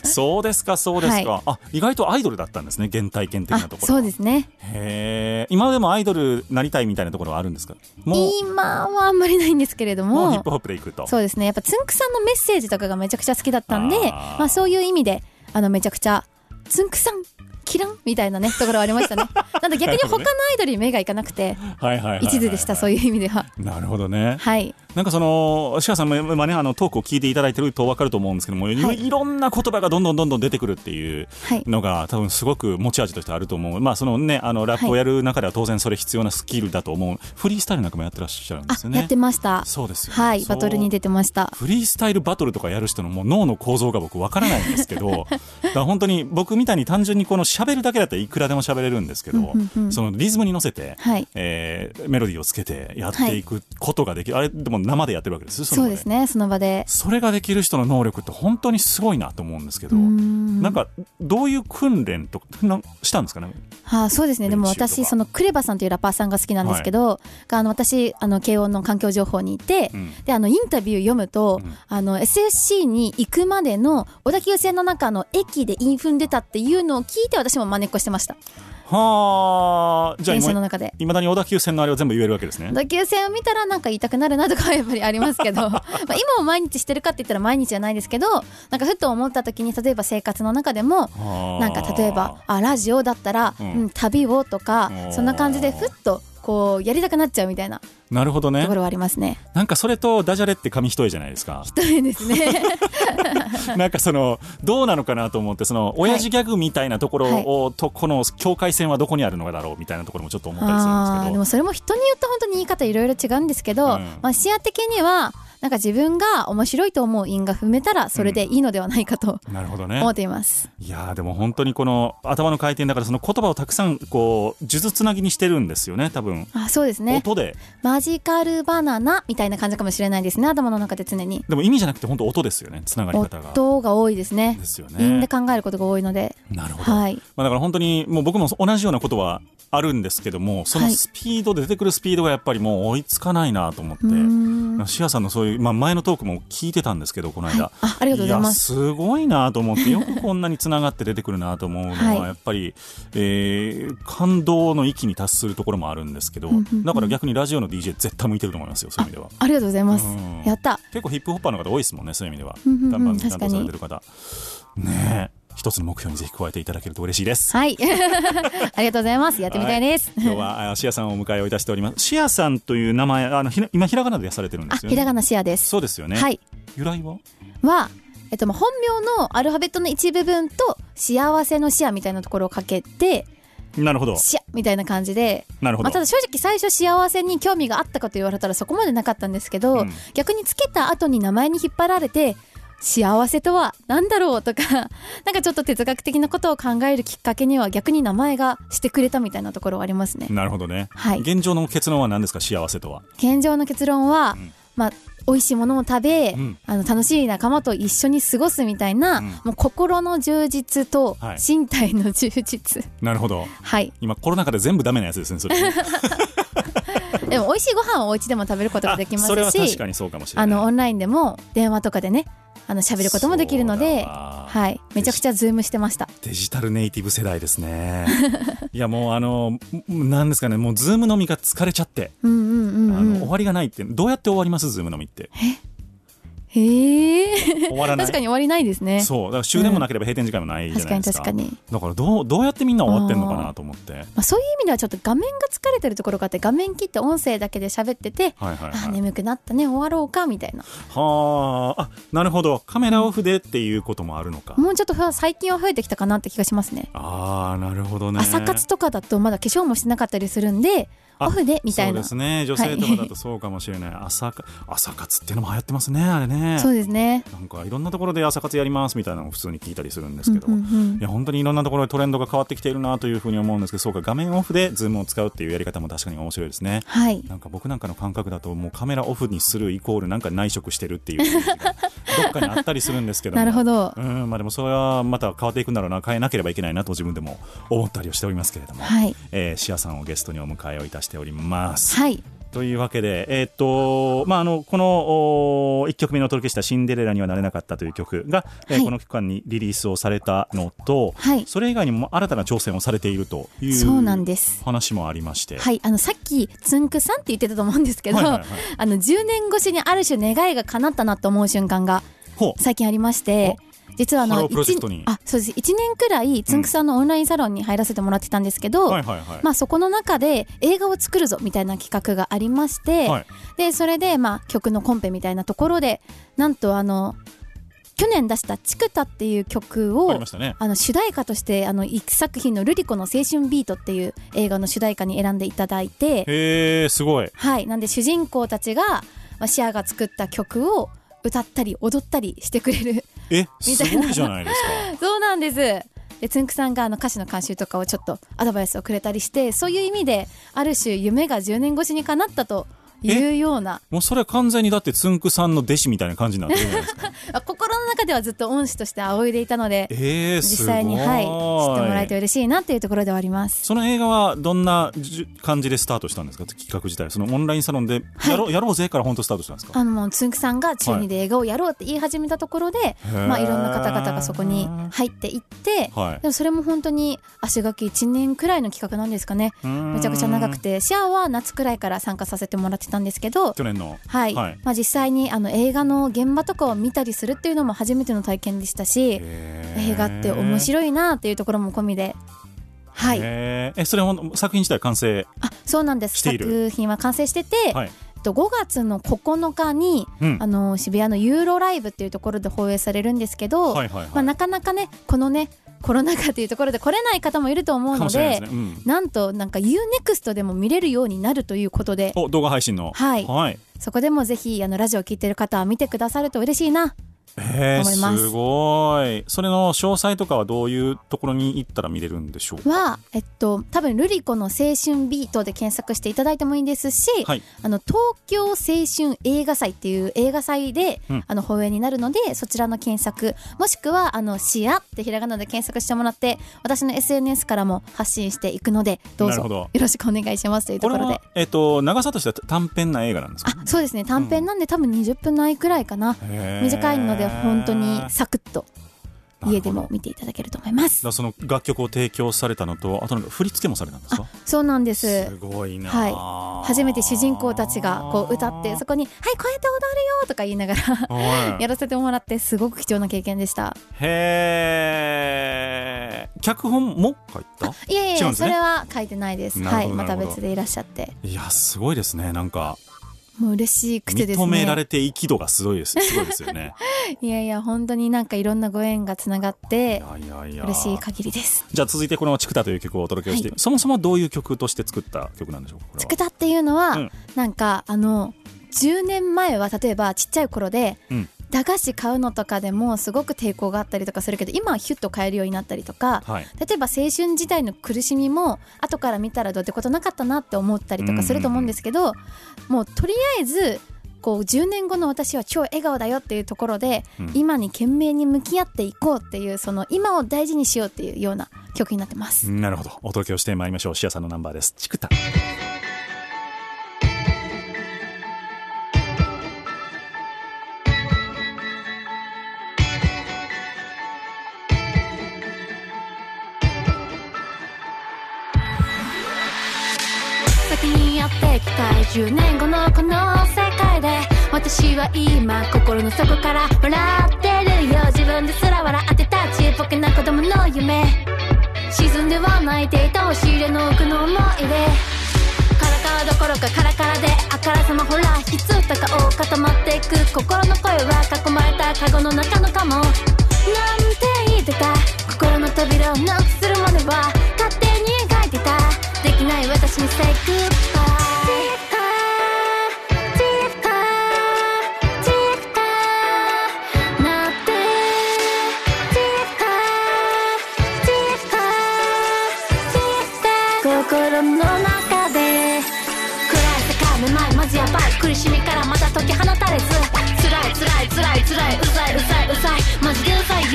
Speaker 3: そうですか、そうですか、あ、意外とアイドルだったんですね。原体験的な
Speaker 4: あ
Speaker 3: ところ。
Speaker 4: そうですね
Speaker 3: へえ。今でもアイドルなりたいみたいなところはあるんですかもう、
Speaker 4: 今はあんまりないんですけれど
Speaker 3: もうヒッ
Speaker 4: も
Speaker 3: プホップでいくと。
Speaker 4: そうですねやっぱつんくさんのメッセージとかがめちゃくちゃ好きだったんで
Speaker 3: あー
Speaker 4: まあ、そういう意味であのめちゃくちゃつんくさんキランみたいなねところはありまし たねなんで逆に他のアイドルに目がいかなくて
Speaker 3: はいはいはいはい、
Speaker 4: 一途でしたそう
Speaker 3: いう。
Speaker 4: いう意味では
Speaker 3: なるほどね。
Speaker 4: はい
Speaker 3: なんかその、シカさんも今ね、あの、トークを聞いていただいてると分かると思うんですけども、いろ
Speaker 4: はい
Speaker 3: いろんな言葉がどんどんどんどん出てくるっていう
Speaker 4: はい
Speaker 3: のが、多分すごく持ち味としてあると思う。まあ、そのね、あの、ラップをやる中では当然それ必要なスキルだと思う。フリースタイルなんかもやってらっしゃるん
Speaker 4: あ
Speaker 3: ですよね。
Speaker 4: やってました
Speaker 3: そうですよね
Speaker 4: はいバトルに出てました
Speaker 3: フリースタイルバトルとかやる人のもう脳の構造が僕わからないんですけ どだから本当に僕みたいに単純にこの喋るだけだったらいくらでも喋れるんですけど、
Speaker 4: うんうんうん
Speaker 3: そのリズムに乗せて、
Speaker 4: はい
Speaker 3: えーメロディーをつけてやっていくことができる、あれでも生でやってるわけです
Speaker 4: そうですねその場で
Speaker 3: それができる人の能力って本当にすごいなと思うんですけど、
Speaker 4: うーん
Speaker 3: なんかどういう訓練とかなしたんですかね
Speaker 4: あーそうですねでも
Speaker 3: 練習とか
Speaker 4: 私そのクレバさんというラッパーさんが好きなんですけど、があの私あの慶応の環境情報にいて、
Speaker 3: うん
Speaker 4: であのインタビュー読むと、
Speaker 3: うん
Speaker 4: あの SFC に行くまでの小田急線の中の駅でインフン出たっていうのを聞いて私も真似っこしてました
Speaker 3: はあじゃあ
Speaker 4: 電車の
Speaker 3: 今
Speaker 4: 中で
Speaker 3: いまだに小田急線のあれを全部言えるわけですね
Speaker 4: 小田急線を見たらなんか言いたくなるなとかはやっぱりあります けどまあ今も毎日してるかって言ったら毎日じゃないですけどなんかふと思った時に例えば生活の中でも
Speaker 3: な
Speaker 4: なんか例えばあラジオだったら、
Speaker 3: う
Speaker 4: うんん、旅をとか
Speaker 3: おー
Speaker 4: そんな感じでふっとこうやりたくなっちゃうみたいな
Speaker 3: なるほど
Speaker 4: と
Speaker 3: ね
Speaker 4: ころはありますね。
Speaker 3: なんかそれとダジャレって紙一重じゃないですか
Speaker 4: というです ね。
Speaker 3: なんかそのどうなのかなと思ってその親父ギャグみたいなところを、とこの境界線はどこにあるのかだろうみたいなところもちょっと思ったりす
Speaker 4: あ
Speaker 3: る
Speaker 4: あ
Speaker 3: ん
Speaker 4: ー
Speaker 3: ですけ
Speaker 4: で
Speaker 3: ど
Speaker 4: もそれも人によって本当に言い方いろいろ違うんですけど、
Speaker 3: うん
Speaker 4: まあ視野的にはなんか自分が面白いと思う因が踏めたらそれでいいのではないかと
Speaker 3: なるほどね
Speaker 4: 思っています。
Speaker 3: いやーでも本当にこの頭の回転だからその言葉をたくさんこう数珠つなぎにしてるんですよね多分
Speaker 4: あそうですね
Speaker 3: 音で
Speaker 4: マジカルバナナみたいな感じかもしれないですね頭の中で常に
Speaker 3: でも意味じゃなくて本当音ですよねつながり方が
Speaker 4: 音が多いですね
Speaker 3: ですよね
Speaker 4: 因で考えることが多いので
Speaker 3: なるほど、
Speaker 4: はい
Speaker 3: まあ、だから本当にもう僕も同じようなことはあるんですけどもその
Speaker 4: はい
Speaker 3: スピードで出てくるスピードがやっぱりもう追いつかないなと思って、
Speaker 4: うーん
Speaker 3: シアさんのそういう、まあ、前のトークも聞いてたんですけどこの間、
Speaker 4: あありがとうございます
Speaker 3: やすごいなと思ってよくこんなにつながって出てくるなと思うのは、
Speaker 4: はい
Speaker 3: やっぱり、えー感動の域に達するところもあるんですけど
Speaker 4: んうん
Speaker 3: だから逆にラジオの DJ 絶対向いてると思いますよそういう意味では。
Speaker 4: ありがとうございます
Speaker 3: うん
Speaker 4: やった
Speaker 3: 結構ヒップホッパーの方多いですもんねそういう意味では
Speaker 4: うんうんうん
Speaker 3: 看板に担当されてる方ねえ一つの目標にぜひ加えていただけると嬉しいです、
Speaker 4: はい ありがとうございますやってみたいです、
Speaker 3: 今日はあシアさんをお迎えをいたしておりますシアさんという名前あのひら今ひらがなでされてるん
Speaker 4: あ
Speaker 3: ですよ
Speaker 4: ひ
Speaker 3: ね
Speaker 4: らがなシアです、
Speaker 3: そうですよね、
Speaker 4: はい
Speaker 3: 由来は
Speaker 4: は、えっと、まあ本名のアルファベットの一部分と幸せのシアみたいなところをかけて
Speaker 3: なるほど
Speaker 4: シアみたいな感じで
Speaker 3: なるほ
Speaker 4: ま
Speaker 3: ど、
Speaker 4: あ、ただ正直最初幸せに興味があったかと言われたらそこまでなかったんですけど、
Speaker 3: うん
Speaker 4: 逆につけた後に名前に引っ張られて幸せとは何だろうとかなんかちょっと哲学的なことを考えるきっかけには逆に名前がしてくれたみたいなところはありますね。
Speaker 3: なるほどね、
Speaker 4: はい
Speaker 3: 現状の結論は何ですか幸せとは
Speaker 4: 現状の結論は、
Speaker 3: ん
Speaker 4: まあ美味しいものを食べ、
Speaker 3: うん
Speaker 4: あの楽しい仲間と一緒に過ごすみたいな、
Speaker 3: うん
Speaker 4: もう心の充実と
Speaker 3: はい
Speaker 4: 身体の充実
Speaker 3: なるほど
Speaker 4: はい、
Speaker 3: 今コロナ禍で全部ダメなやつですね それ
Speaker 4: でも美味しいご飯をお家でも食べることができま
Speaker 3: あ
Speaker 4: すし
Speaker 3: それは確かにそうかもしれない
Speaker 4: あのオンラインでも電話とかでねあの喋ることもできるの
Speaker 3: そう
Speaker 4: で、
Speaker 3: だわ
Speaker 4: はい、めちゃくちゃズームしてました
Speaker 3: デジタルネイティブ世代です ねいやもうあのなんですかねもうズームのみが疲れちゃって、
Speaker 4: うんうんう
Speaker 3: あの
Speaker 4: んう
Speaker 3: 終
Speaker 4: ん
Speaker 3: わりがないってどうやって終わりますズームのみって
Speaker 4: へえ
Speaker 3: 終わらない
Speaker 4: 確かに終わりないですね
Speaker 3: そうだから終電もなければ閉店時間もないじゃないですか,、
Speaker 4: 確かに確
Speaker 3: だからどうどうやってみんな終わってんのかなと思ってはい
Speaker 4: まあ、そういう意味ではちょっと画面が疲れてるところがあって画面切って音声だけで喋ってて、
Speaker 3: はいはい
Speaker 4: あ眠くなったね終わろうかみたいな
Speaker 3: はああなるほどカメラオフでっていうこともあるのか、
Speaker 4: もうちょっとふわ最近は増えてきたかなって気がしますね
Speaker 3: ああなるほどね
Speaker 4: 朝活とかだとまだ化粧もしてなかったりするんで
Speaker 3: あ
Speaker 4: オフでみたいな
Speaker 3: そうですね女性とかだとそうかもしれない、朝か朝活っていうのも流行ってますねあれね
Speaker 4: そうですね
Speaker 3: なんかいろんなところで朝活やりますみたいなのを普通に聞いたりするんですけど、
Speaker 4: うんうんうん
Speaker 3: いや本当にいろんなところでトレンドが変わってきているなというふうに思うんですけどそうか画面オフでズームを使うっていうやり方も確かに面白いですね。
Speaker 4: はい
Speaker 3: なんか僕なんかの感覚だともうカメラオフにするイコールなんか内職してるっていうイメージがどっかにあったりするんですけども
Speaker 4: なるほど
Speaker 3: うんまあでもそれはまた変わっていくんだろうな変えなければいけないなと自分でも思ったりをしておりますけれども、
Speaker 4: はい
Speaker 3: えーシアさんをゲストにお迎えをいたしております。
Speaker 4: はい
Speaker 3: というわけで、えーっとまあ、あのこの1曲目にお届けした「シンデレラにはなれなかった」という曲が、えー
Speaker 4: はい
Speaker 3: この期間にリリースをされたのと、
Speaker 4: はい
Speaker 3: それ以外にも新たな挑戦をされているという
Speaker 4: そうなんです
Speaker 3: 話もありまして、
Speaker 4: はい、あのさっきつんくさんって言ってたと思うんですけど、
Speaker 3: はいはいはい
Speaker 4: あの10年越しにある種願いが叶ったなと思う瞬間が
Speaker 3: ほう
Speaker 4: 最近ありまして実はあ
Speaker 3: ハロ
Speaker 4: の
Speaker 3: ープロジェクトに
Speaker 4: 一あそうです1年くらいつんくさんのオンラインサロンに入らせてもらってたんですけど、
Speaker 3: はいはいはい、
Speaker 4: まあ、そこの中で映画を作るぞみたいな企画がありまして、
Speaker 3: はい
Speaker 4: でそれで、まあ、曲のコンペみたいなところでなんとあの去年出した「チクタ」っていう曲
Speaker 3: あ
Speaker 4: を
Speaker 3: りましたね。
Speaker 4: あの主題歌としてあの一作品の「ルリコの青春ビート」っていう映画の主題歌に選んでいただいて、
Speaker 3: へーすごい
Speaker 4: はい、なんで主人公たちが、まあ、シアが作った曲を歌ったり踊ったりしてくれる
Speaker 3: え
Speaker 4: み
Speaker 3: す
Speaker 4: たいな
Speaker 3: ごいじゃないです
Speaker 4: そうなんですでつんくさんがあの歌詞の監修とかをちょっとアドバイスをくれたりしてそういう意味である種夢が10年越しに叶ったというような
Speaker 3: もうそれは完全にだってつんくさんの弟子みたいな感じになってるじゃないですか
Speaker 4: まあ心の中ではずっと恩師として仰いでいたので
Speaker 3: えー、す
Speaker 4: 実
Speaker 3: ごい
Speaker 4: 際に、はい、知ってもらえて嬉しいなっていうところではあります。
Speaker 3: その映画はどんなじゅ感じでスタートしたんですか企画自体そのオンラインサロンで
Speaker 4: はい
Speaker 3: やろ,、うやろうぜから本当スタートしたんですか
Speaker 4: あのもうつんくさんが中二で映画をやろうって言い始めたところで、
Speaker 3: ー
Speaker 4: まあ、いろんな方々がそこに入っていって、
Speaker 3: はい
Speaker 4: でもそれも本当に足書き1年くらいの企画なんですかねめちゃくちゃ長くてシェアは夏くらいから参加させてもらってたんですけど。
Speaker 3: 去年の
Speaker 4: はい、
Speaker 3: はい
Speaker 4: まあ、実際にあの映画の現場とかを見たりするっていうのも初めての体験でしたし映
Speaker 3: 映
Speaker 4: 画って面
Speaker 3: い
Speaker 4: 白いなっていうところも込みで、はい、
Speaker 3: へーえそれは作品自体完成
Speaker 4: あそうなんです
Speaker 3: している
Speaker 4: 作品は完成してて、
Speaker 3: はい
Speaker 4: えっと5月の9日に、
Speaker 3: うん
Speaker 4: あの渋谷のユーロライブっていうところで放映されるんですけど、
Speaker 3: はいはいはい
Speaker 4: まあ、なかなかねこのねコロナ禍っていうところで来れない方もいると思う
Speaker 3: か
Speaker 4: の
Speaker 3: もしれない
Speaker 4: で
Speaker 3: ですね、うん
Speaker 4: なんとなんか UNEXT でも見れるようになるということで
Speaker 3: お動画配信の
Speaker 4: はい
Speaker 3: はい
Speaker 4: そこでもぜひあのラジオを聞いてる方は見てくださると嬉しいな
Speaker 3: えー、
Speaker 4: 思います
Speaker 3: すごいそれの詳細とかはどういうところに行ったら見れるんでしょうか
Speaker 4: は、えっと、多分ルリ子の青春ビートで検索していただいてもいいですし、
Speaker 3: はい
Speaker 4: あの東京青春映画祭っていう映画祭で、
Speaker 3: うん
Speaker 4: あの放映になるのでそちらの検索もしくは「あのシア」ってひらがなで検索してもらって私の SNS からも発信していくのでどう
Speaker 3: なる
Speaker 4: ぞ
Speaker 3: ほど
Speaker 4: よろしくお願いしますというと
Speaker 3: こ
Speaker 4: こ
Speaker 3: れ
Speaker 4: ろで
Speaker 3: は。えっ、と長さとしては短編な映画なんですか
Speaker 4: あそうですね短編なんで、多分20分ないくらいかな
Speaker 3: へー
Speaker 4: 短いので本当に
Speaker 3: なる
Speaker 4: サクッと
Speaker 3: ほど
Speaker 4: 家でも見ていただけると思いま
Speaker 3: だ
Speaker 4: す
Speaker 3: からその楽曲を提供されたのとあとなんか振り付けもされたんですか
Speaker 4: そうなんです
Speaker 3: すごいな、
Speaker 4: はい、初めて主人公たちがこう歌ってそこに「はいこうやって踊るよ」とか言いながら
Speaker 3: はい
Speaker 4: やらせてもらってすごく貴重な経験でした
Speaker 3: へえ脚本も書いた
Speaker 4: いやいやい
Speaker 3: 違う
Speaker 4: や、
Speaker 3: んです
Speaker 4: そ
Speaker 3: ね
Speaker 4: れは書いてないです
Speaker 3: な
Speaker 4: は
Speaker 3: るほ
Speaker 4: い
Speaker 3: ど
Speaker 4: また
Speaker 3: なるほど
Speaker 4: 別でいらっしゃって
Speaker 3: いやすごいですねなんか
Speaker 4: もう嬉しくてですね
Speaker 3: 認められて生き度がすごいですすごいですよね
Speaker 4: いやいや本当になんかいろんなご縁がつながって
Speaker 3: いやいやいや
Speaker 4: 嬉しい限りです
Speaker 3: じゃあ続いてこの「チクタ」という曲をお届けして、
Speaker 4: は
Speaker 3: そもそもどういう曲として作った曲なんでしょうかこれ
Speaker 4: つ
Speaker 3: は
Speaker 4: くたっていうのは、
Speaker 3: うん
Speaker 4: なんかあの10年前は例えばちっちゃい頃で、
Speaker 3: うん
Speaker 4: 駄菓子買うのとかでもすごく抵抗があったりとかするけど今はヒュッと買えるようになったりとか、
Speaker 3: はい
Speaker 4: 例えば青春時代の苦しみも後から見たらどうってことなかったなって思ったりとかすると思うんですけど、もうとりあえずこう10年後の私は超笑顔だよっていうところで、
Speaker 3: うん
Speaker 4: 今に懸命に向き合っていこうっていうその今を大事にしようっていうような曲になってます。
Speaker 3: なるほどお届けをしてまいりましょうシアさんのナンバーです「チクタ」
Speaker 5: 先にやっていきたい10年後のこの世界で私は今心の底から笑ってるよ自分ですら笑ってたちっぽけな子供の夢沈んでは泣いていた押し入れの奥の思い出カラカラどころかカラカラであからさまほらひつった顔固まっていく心の声は囲まれたカゴの中のかもなんて言ってた心の扉をノックするまでは勝手に描いてたできない私に say goodbye チーフカーチーフカーなってチーフカーチーフカーチーフカー心の中で暗い世界めまいマジやばい苦しみからまた解き放たれず辛い辛い辛い辛いうざいうざいうざいマジでうざいよ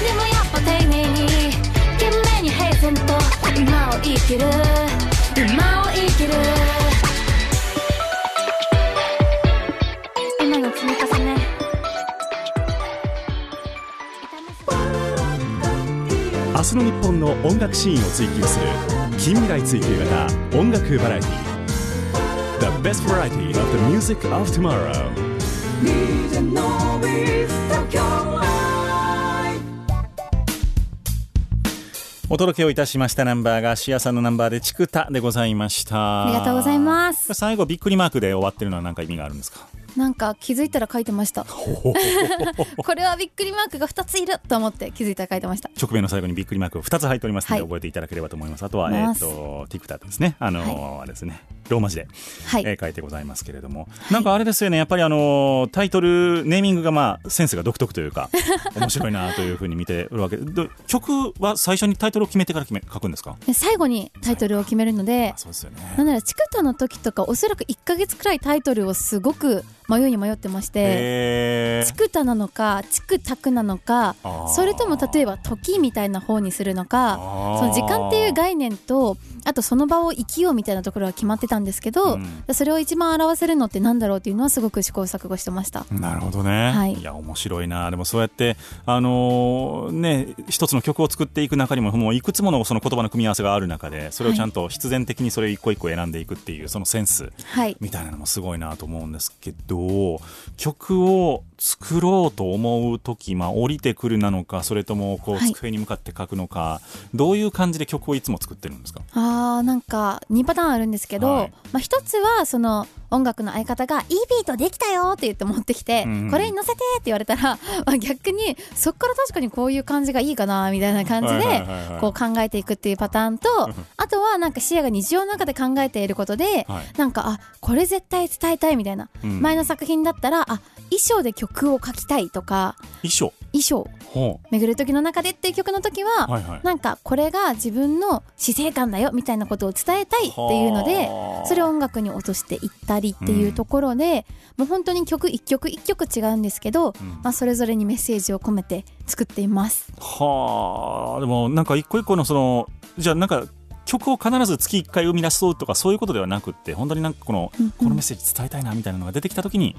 Speaker 5: でもやっぱ丁寧に懸命に平然と今を生きる今を生きる今の積み重ね
Speaker 2: 明日の日本の音楽シーンを追求する近未来追求型音楽バラエティ The best variety of the music of tomorrow
Speaker 6: DJ Nobis Tokyo Live
Speaker 3: お届けをいたしましたナンバーがシアさんのナンバーで「チクタ」でございました
Speaker 4: ありがとうございますす
Speaker 3: 最後びっくりマークで終わってるのは何か意味があるんですか
Speaker 4: なんか気づいたら書いてました これはびっくりマークが2ついると思って気づいたら書いてました
Speaker 3: 直面の最後にびっくりマークを2つ入っておりますので、
Speaker 4: はい
Speaker 3: 覚えていただければと思いますあとは、
Speaker 4: 回
Speaker 3: えっ、
Speaker 4: す
Speaker 3: とティクタですねあのーあれですねローマ字で、
Speaker 4: はい、
Speaker 3: えー書いてございますけれども、なんかあれですよねやっぱりあのータイトルネーミングがまあセンスが独特と いうか面白いなというふうに見てるわけでど曲は最初にタイトルを決めてから決め書くんですか
Speaker 4: で最後にタイトルを決めるので
Speaker 3: あそうですよ
Speaker 4: な
Speaker 3: ね
Speaker 4: んならチクタの時とかおそらく1ヶ月くらいタイトルをすごく迷いに迷ってまして
Speaker 3: え
Speaker 4: チクタなのかチクタクなのか
Speaker 3: あー
Speaker 4: それとも例えば時みたいな方にするのか
Speaker 3: あー
Speaker 4: その時間っていう概念とあとその場を生きようみたいなところは決まってたんですけど、
Speaker 3: うん
Speaker 4: それを一番表せるのってなんだろうっていうのはすごく試行錯誤してました。
Speaker 3: なるほどね、、
Speaker 4: はいい
Speaker 3: や面白いなでもそうやって、あのーね、一つの曲を作っていく中にももういくつものその言葉の組み合わせがある中でそれをちゃんと必然的にそれを一個一個選んでいくっていうそのセンス
Speaker 4: はい
Speaker 3: みたいなのもすごいなと思うんですけど曲を作ろうと思う時、まあ、降りてくるなのかそれともこう
Speaker 4: はい
Speaker 3: 机に向かって書くのか、どういう感じで曲をいつも作ってるんですか
Speaker 4: あーなんか2パターンあるんですけど、
Speaker 3: はい
Speaker 4: まあ、1つはその音楽の相方が「いいビートできたよ!」って言って持ってきて
Speaker 3: う
Speaker 4: 「
Speaker 3: ん
Speaker 4: これに乗せて!」って言われたら、 まあ、逆にそこから確かにこういう感じがいいかなみたいな感じ
Speaker 3: はい
Speaker 4: で
Speaker 3: はいはいはい
Speaker 4: こう考えていくっていうパターンとあとはなんか視野が日常の中で考えていることで、
Speaker 3: はい
Speaker 4: なんかあこれ絶対伝えたいみたいな、
Speaker 3: うん
Speaker 4: 前の作品だったらあ衣装で曲を書きたいとか
Speaker 3: 衣装
Speaker 4: 衣装
Speaker 3: ほ
Speaker 4: 巡る時の中でっていう曲の時は、
Speaker 3: うはいはい
Speaker 4: なんかこれが自分の死生観だよみたいなことを伝えたいっていうので
Speaker 3: はあ
Speaker 4: それを音楽に落としていったりっていうところで、もう本当に曲一曲一曲違うんですけど、まあ、それぞれにメッセージを込めて作っています。
Speaker 3: はあでもなんか一個一個のそのじゃあなんか曲を必ず月1回生み出そうとかそういうことではなくって本当になんかこの、
Speaker 4: うんうん
Speaker 3: このメッセージ伝えたいなみたいなのが出てきた時に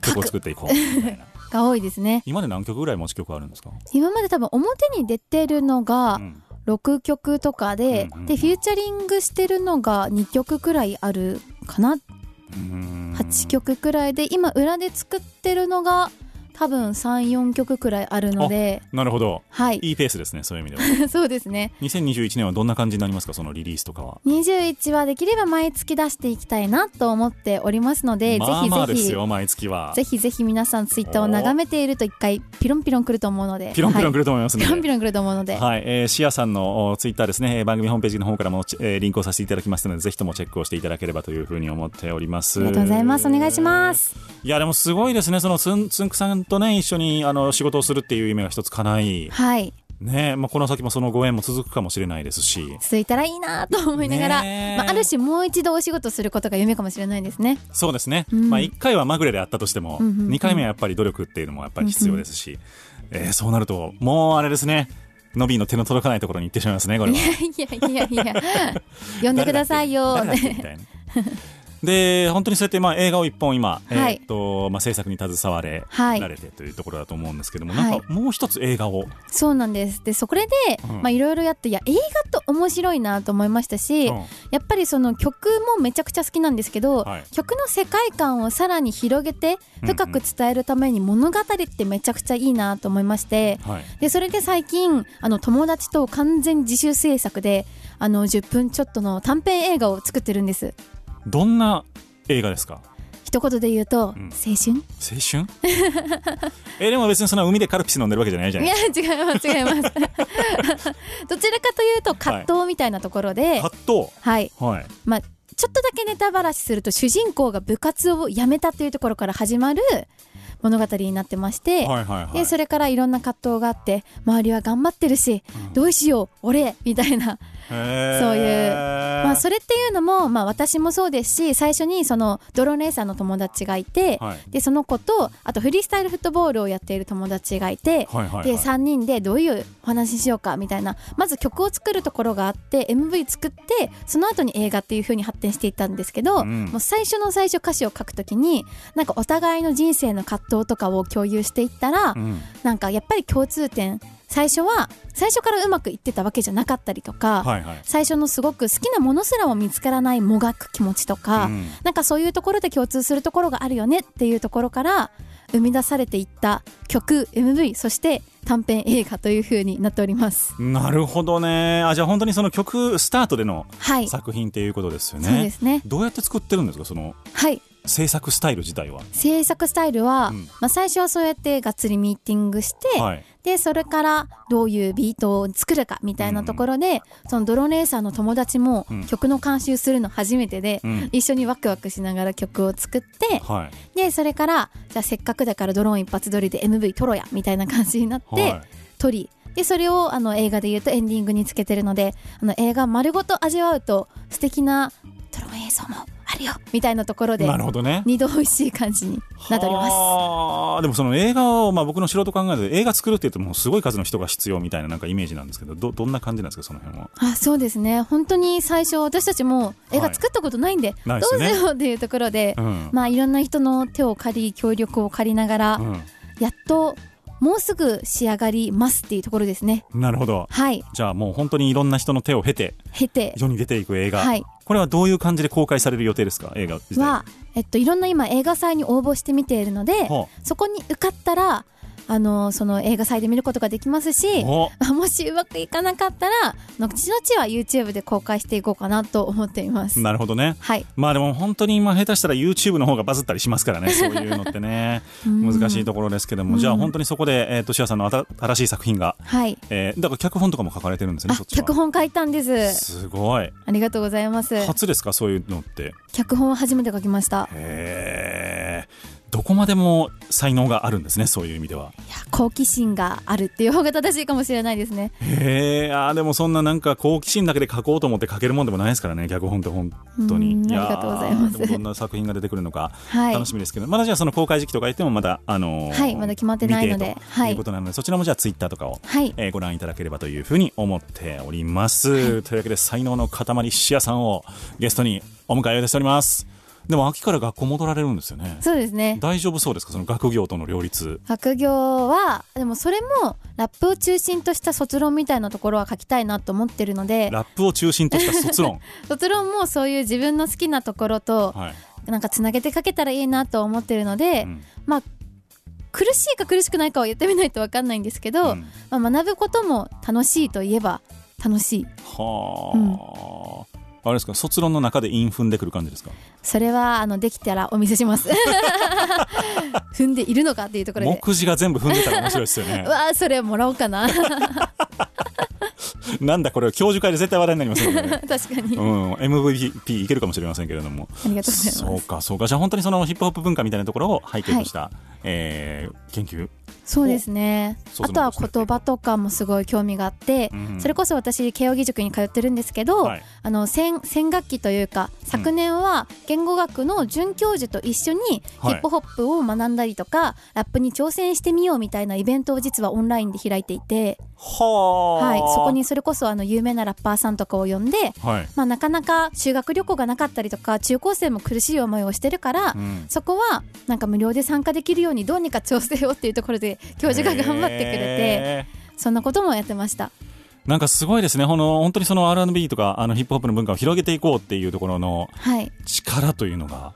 Speaker 3: 曲を作っていこうみた いな
Speaker 4: が多いですね
Speaker 3: 今まで何曲ぐらい持ち曲あるんですか、
Speaker 4: 今まで多分表に出てるのが
Speaker 3: うん
Speaker 4: 6曲とかで、
Speaker 3: うんうん
Speaker 4: でフューチャリングしてるのが2曲くらいあるかな
Speaker 3: うーん
Speaker 4: 8曲くらいで今裏で作ってるのが多分34曲くらいあるので
Speaker 3: なるほど
Speaker 4: はい
Speaker 3: いいペースですねそういう意味では
Speaker 4: そうですね
Speaker 3: 2021年はどんな感じになりますかそのリリースとかは
Speaker 4: 21はできれば毎月出していきたいなと思っておりますので、
Speaker 3: まあまあ
Speaker 4: ぜ
Speaker 3: で
Speaker 4: ひ
Speaker 3: す
Speaker 4: ぜ
Speaker 3: よ毎月は
Speaker 4: ひぜひぜひ皆さんツイッターを眺めていると一回ピロンピロンくると思うので
Speaker 3: ピロンピロンく
Speaker 4: る、
Speaker 3: ると思います
Speaker 4: はい
Speaker 3: ね、
Speaker 4: ピロンピロンくると思うので、
Speaker 3: はい、えー、シアさんのおツイッターですね、えー番組ホームページの方からもち、えーリンクをさせていただきますので、ぜひともチェックをしていただければというふうに思っております。。
Speaker 4: ありがとうございますお願いしますす
Speaker 3: いや、でもすごいですね、そのつんつんくさんとね、一緒にあの仕事をするっていう夢が一つ叶い、
Speaker 4: はい
Speaker 3: ね、まあ、この先もそのご縁も続くかもしれないですし、
Speaker 4: 続いたらいいなと思いながら、
Speaker 3: ねえ
Speaker 4: まあ、ある種もう一度お仕事することが夢かもしれないですね
Speaker 3: そうですね、
Speaker 4: ん
Speaker 3: まあ、1回はまぐれであったとしても、
Speaker 4: んうんうん
Speaker 3: 2回目はやっぱり努力っていうのもやっぱり必要ですし、えーそうなると、もうあれですね、のびーの手の届かないところに行ってしまいますね、これは。
Speaker 4: いや いやいやいや呼んでくださいよ
Speaker 3: 誰だっけみたいなで本当にそうやってまあ映画を一本今、
Speaker 4: はい
Speaker 3: えーっとまあ、制作に携われ、
Speaker 4: はい
Speaker 3: られてというところだと思うんですけども、
Speaker 4: はい
Speaker 3: なんかもう一つ映画を、
Speaker 4: そうなんですでそこで、
Speaker 3: うん
Speaker 4: まあいろいろやっていや映画って面白いなと思いましたし、
Speaker 3: うん
Speaker 4: やっぱりその曲もめちゃくちゃ好きなんですけど、
Speaker 3: はい
Speaker 4: 曲の世界観をさらに広げて
Speaker 3: うんうん
Speaker 4: 深く伝えるために物語ってめちゃくちゃいいなと思いまして、
Speaker 3: はい
Speaker 4: でそれで最近あの友達と完全自主制作であの10分ちょっとの短編映画を作ってるんです
Speaker 3: どんな映画ですか
Speaker 4: 一言で言うと、
Speaker 3: うん
Speaker 4: 青春
Speaker 3: 青 春えでも別にそんな海でカルピス飲んでるわけじゃないじゃ
Speaker 4: い
Speaker 3: ない
Speaker 4: や違います違います どちらかというと葛藤みたいなところで、はい
Speaker 3: 葛藤はい
Speaker 4: まあちょっとだけネタばらしすると主人公が部活を辞めたというところから始まる物語になってまして、
Speaker 3: はいはいはい
Speaker 4: でそれからいろんな葛藤があって周りは頑張ってるし、どうしよう俺みたいな、そういうまあ、それっていうのも、まあ、私もそうですし最初にそのドローンレーサーの友達がいて、
Speaker 3: はい
Speaker 4: でその子とあとフリースタイルフットボールをやっている友達がいて、
Speaker 3: はいはいはい
Speaker 4: で3人でどういうお話ししようかみたいなまず曲を作るところがあって MV 作ってその後に映画っていう風に発展していったんですけ
Speaker 3: う
Speaker 4: ど、
Speaker 3: ん
Speaker 4: もう最初の最初歌詞を書くときになんかお互いの人生の葛藤とかを共有していったら、
Speaker 3: うん
Speaker 4: なんかやっぱり共通点最初は最初からうまくいってたわけじゃなかったりとか、
Speaker 3: はいはい
Speaker 4: 最初のすごく好きなものすらも見つからないもがく気持ちとか、
Speaker 3: うん
Speaker 4: なんかそういうところで共通するところがあるよねっていうところから生み出されていった曲 MV そして短編映画という風になっております
Speaker 3: なるほどねあじゃあ本当にその曲スタートでの
Speaker 4: はいそう
Speaker 3: 作品っていうことですよね、
Speaker 4: ですね
Speaker 3: どうやって作ってるんですかその
Speaker 4: はい
Speaker 3: 制作スタイル自体は。
Speaker 4: 制作スタイルは、
Speaker 3: うん
Speaker 4: まあ、最初はそうやってがっつりミーティングして、
Speaker 3: はい、
Speaker 4: でそれからどういうビートを作るかみたいなところで、そのドロネーサーの友達も
Speaker 3: うん
Speaker 4: 曲の監修するの初めてで、
Speaker 3: うん
Speaker 4: 一緒にワクワクしながら曲を作って、
Speaker 3: はい、
Speaker 4: でそれからじゃあせっかくだからドローン一発撮りで MV 撮ろうやみたいな感じになって、
Speaker 3: はい
Speaker 4: 撮りでそれをあの映画で言うとエンディングにつけてるのであの映画丸ごと味わうと素敵なドローン映像もあるよみたいなところで
Speaker 3: なるほどね。
Speaker 4: 二度美味しい感じになっております。
Speaker 3: はあでもその映画を、まあ、僕の素人考えで映画作るって言うともうすごい数の人が必要みたいななんかイメージなんですけどどどんな感じなんですかその辺は。
Speaker 4: あそうですね本当に最初私たちも映
Speaker 3: は
Speaker 4: 画
Speaker 3: い
Speaker 4: 作ったことないんで、
Speaker 3: ないで
Speaker 4: ど
Speaker 3: す
Speaker 4: う
Speaker 3: ね
Speaker 4: しようっていうところで、
Speaker 3: うん
Speaker 4: まあいろんな人の手を借り協力を借りながら、やっともうすぐ仕上がりますっていうところですね
Speaker 3: うん、なるほど
Speaker 4: はい
Speaker 3: じゃあもう本当にいろんな人の手を経て
Speaker 4: 経て
Speaker 3: 世に出ていく映画、
Speaker 4: はい
Speaker 3: ここれはどういう感じで公開される予定ですか映画自体
Speaker 4: は、えっと、いろんな今映画祭に応募してみているので、
Speaker 3: は
Speaker 4: そこに受かったらあのその映画祭で見ることができますし
Speaker 3: お
Speaker 4: もしうまくいかなかったらあの後々は YouTube で公開していこうかなと思っています。
Speaker 3: なるほどね
Speaker 4: はい、
Speaker 3: まあでも本当に今下手したら YouTube の方がバズったりしますから ねそういうのってね
Speaker 4: ん
Speaker 3: 難しいところですけども、じゃあ本当にそこで、えー、とシアさんの新新しい作品が、
Speaker 4: はい、
Speaker 3: えーだから脚本とかも書かれてるんですよね
Speaker 4: あ
Speaker 3: そっちは
Speaker 4: 脚本書いたんです
Speaker 3: すごい
Speaker 4: ありがとうございます
Speaker 3: 初ですかそういうのって
Speaker 4: 脚本を初めて書きました
Speaker 3: へえどこまでも才能があるんですねそういう意味ではい
Speaker 4: や好奇心があるっていう方が正しいかもしれないですね
Speaker 3: へえあーでもそんななんか好奇心だけで書こうと思って書けるもんでもないですからね脚本って本当に
Speaker 4: うん
Speaker 3: やー
Speaker 4: ありがとうございます
Speaker 3: でもどんな作品が出てくるのか
Speaker 4: はい
Speaker 3: 楽しみですけど、まだじゃあその公開時期とか言ってもまだあのー
Speaker 4: はいまだ決まってないので
Speaker 3: 未定と
Speaker 4: はいいう
Speaker 3: ことなのでそちらもじゃあツイッターとかを、
Speaker 4: はい
Speaker 3: えーご覧いただければというふうに思っております、というわけで才能の塊シアさんをゲストにお迎えをしておりますでも秋から学校戻られるんですよね
Speaker 4: そうですね
Speaker 3: 大丈夫そうですかその学業との両立
Speaker 4: 学業はでもそれもラップを中心とした卒論みたいなところは書きたいなと思ってるので
Speaker 3: ラップを中心とした卒 論
Speaker 4: 卒論もそういう自分の好きなところと
Speaker 3: はい、
Speaker 4: なんかつなげて書けたらいいなと思ってるので、
Speaker 3: うん
Speaker 4: まあ苦しいか苦しくないかは言ってみないと分かんないんですけど、
Speaker 3: うん
Speaker 4: まあ、学ぶことも楽しいといえば楽しい
Speaker 3: はあ、あれですか卒論の中で韻踏んでくる感じですか
Speaker 4: それはあのできたらお見せします 踏んでいるのかっていうところで
Speaker 3: 目次が全部踏んでたら面白いですよね
Speaker 4: うわーそれもらおうかな
Speaker 3: なんだこれ教授会で絶対話題になりますよね
Speaker 4: 確かに、
Speaker 3: う
Speaker 4: あ
Speaker 3: ん、MVP いけるかもしれませんけれども
Speaker 4: りがとうございます
Speaker 3: そうかそうかじゃあ本当にそのヒップホップ文化みたいなところを背景とした、えー研究
Speaker 4: そうですね
Speaker 3: お
Speaker 4: あとは言葉とかもすごい興味があって、
Speaker 3: うん
Speaker 4: それこそ私慶應義塾に通ってるんですけど、
Speaker 3: はい
Speaker 4: あの先先学期というか昨年は言語学の准教授と一緒に
Speaker 3: は
Speaker 4: ヒ
Speaker 3: い
Speaker 4: ップホップを学んだりとか、ラップに挑戦してみようみたいなイベントを実はオンラインで開いていて、
Speaker 3: はあ
Speaker 4: はい、そこにそれこそあの有名なラッパーさんとかを呼んで、
Speaker 3: はい、
Speaker 4: まあ、なかなか修学旅行がなかったりとか中高生も苦しい思いをしてるから、
Speaker 3: うん
Speaker 4: そこはなんか無料で参加できるようにどうにか調整をっていうところで教授が頑張ってくれて
Speaker 3: へー
Speaker 4: そんなこともやってました
Speaker 3: なんかすごいですね、この本当にその R&B とかあのヒップホップの文化を広げていこうっていうところの
Speaker 4: はい
Speaker 3: 力というの が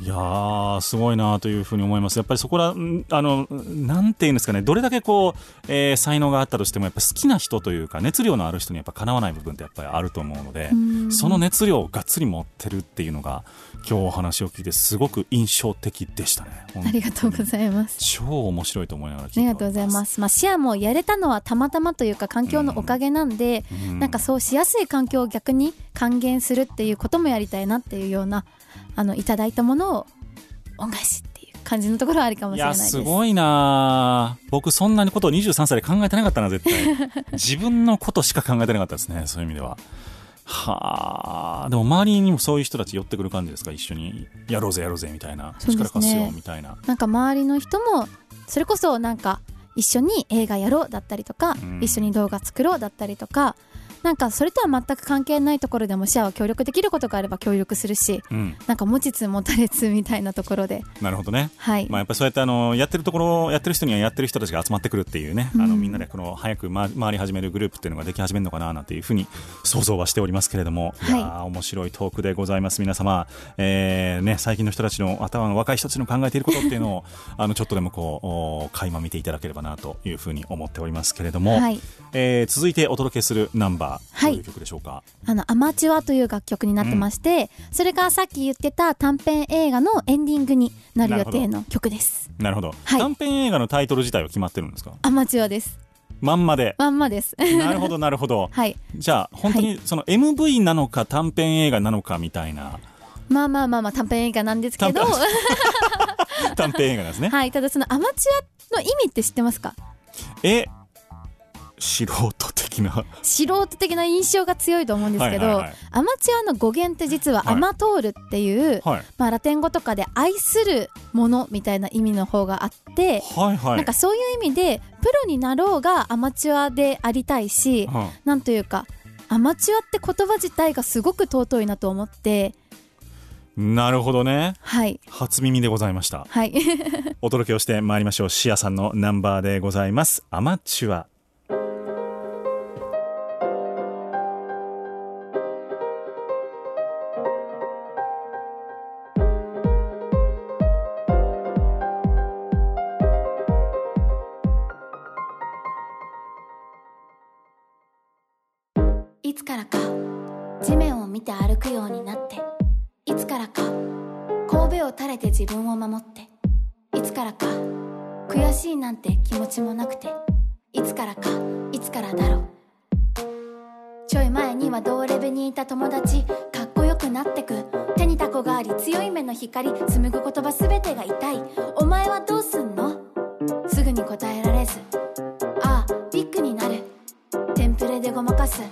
Speaker 3: いやーすごいなというふうに思いますやっぱりそこらんあのなんていうんですかねどれだけこう、えー才能があったとしてもやっぱ好きな人というか熱量のある人にやっぱかなわない部分ってやっぱりあると思うので
Speaker 4: うん
Speaker 3: その熱量をがっつり持ってるっていうのが今日お話を聞いてすごく印象的でしたね
Speaker 4: ありがとうござ います
Speaker 3: 超面白いと思いながら、
Speaker 4: ありがとうございますす、まあ、視野もやれたのはたまたまというか環境のおかげなんで、
Speaker 3: う
Speaker 4: なんかそうしやすい環境を逆に還元するっていうこともやりたいなっていうようなあのいただいたものを恩返しっていう感じのところはありかもしれないです
Speaker 3: やすごいなあ僕そんなことを23歳で考えてなかったな絶 対自分のことしか考えてなかったですねそういう意味でははあでも周りにもそういう人たち寄ってくる感じですか一緒にやろうぜやろうぜみたいな、
Speaker 4: そうですね
Speaker 3: 力貸すよみたいな
Speaker 4: なんか周りの人もそれこそなんか一緒に映画やろうだったりとか、
Speaker 3: うん
Speaker 4: 一緒に動画作ろうだったりとかなんかそれとは全く関係ないところでもシェアは協力できることがあれば協力するし
Speaker 3: うん
Speaker 4: なんか持ちつ持たれつみたいなところで
Speaker 3: なるほどね
Speaker 4: はい、
Speaker 3: まあ、やっぱりそうやってあのやってるところやってる人にはやってる人たちが集まってくるっていうね、あの
Speaker 4: うん
Speaker 3: みんなでこの早くま回り始めるグループっていうのができ始めるのかななんていうふうに想像はしておりますけれども、
Speaker 4: は
Speaker 3: い
Speaker 4: い
Speaker 3: やー面白いトークでございます皆様、えーね、最近の人たちの頭の若い人たちの考えていることっていうのを あのちょっとでもこうお垣間見ていただければなというふうに思っておりますけれども、
Speaker 4: はい
Speaker 3: えー続いてお届けするナンバー
Speaker 4: は
Speaker 3: ど
Speaker 4: いう
Speaker 3: いう曲でしょうか、
Speaker 4: あのアマチュアという楽曲になってまして、それがさっき言ってた短編映画のエンディングになる予定の曲です
Speaker 3: なるほど、
Speaker 4: はい
Speaker 3: 短編映画のタイトル自体は決まってるんですか
Speaker 4: アマチュアです
Speaker 3: まんま で
Speaker 4: まんまです
Speaker 3: なるほどなるほど
Speaker 4: はい
Speaker 3: じゃあ本当にその MV なのか短編映画なのかみたい な
Speaker 4: まあまあまあまあ短編映画なんですけど
Speaker 3: 短短編映画なんですね。
Speaker 4: はいただそのアマチュアの意味って知ってますか
Speaker 3: え素人的な。
Speaker 4: 素人的な印象が強いと思うんですけど、
Speaker 3: はいはいはい
Speaker 4: アマチュアの語源って実は
Speaker 3: はい
Speaker 4: アマトールっていう、
Speaker 3: はい
Speaker 4: まあ、ラテン語とかで愛するものみたいな意味の方があって、
Speaker 3: はい はい。
Speaker 4: なんかそういう意味でプロになろうがアマチュアでありたいし、
Speaker 3: うん
Speaker 4: なんというかアマチュアって言葉自体がすごく尊いなと思って
Speaker 3: なるほどね。
Speaker 4: はい
Speaker 3: 初耳でございま した。
Speaker 4: はい
Speaker 3: お届けをしてまいりましょう。シアさんのナンバーでございます。アマチュア。
Speaker 5: いつからか地面を見て歩くようになっていつからか神戸を垂れて自分を守っていつからか悔しいなんて気持ちもなくていつからかいつからだろうちょい前には同レベにいた友達かっこよくなってく手にタコがあり強い目の光紡ぐ言葉全てが痛いお前はどうすんのすぐに答えられずああビッグになるテンプレでごまかす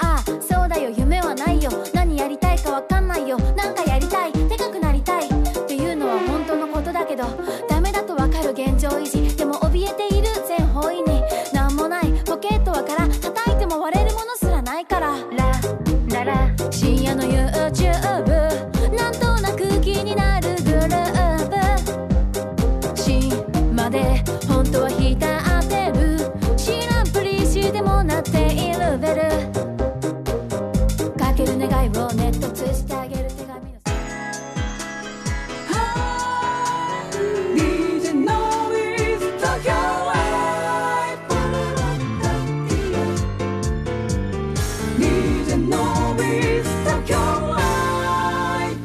Speaker 5: ああそうだよ夢はないよ何やりたいかわかんないよなんかやりたいでかくなりたいっていうのは本当のことだけどダメだとわかる現状維持でも怯えている全方位になんもないポケットはから叩いても割れるものすらないからラララ深夜の YouTube なんとなく気になるグループ芯まで本当は浸ってる知らんぷりしてもなっているベルかける願いをネット通してあげる手紙の
Speaker 6: DJ Novis Tokyo Live DJ Novis Tokyo Live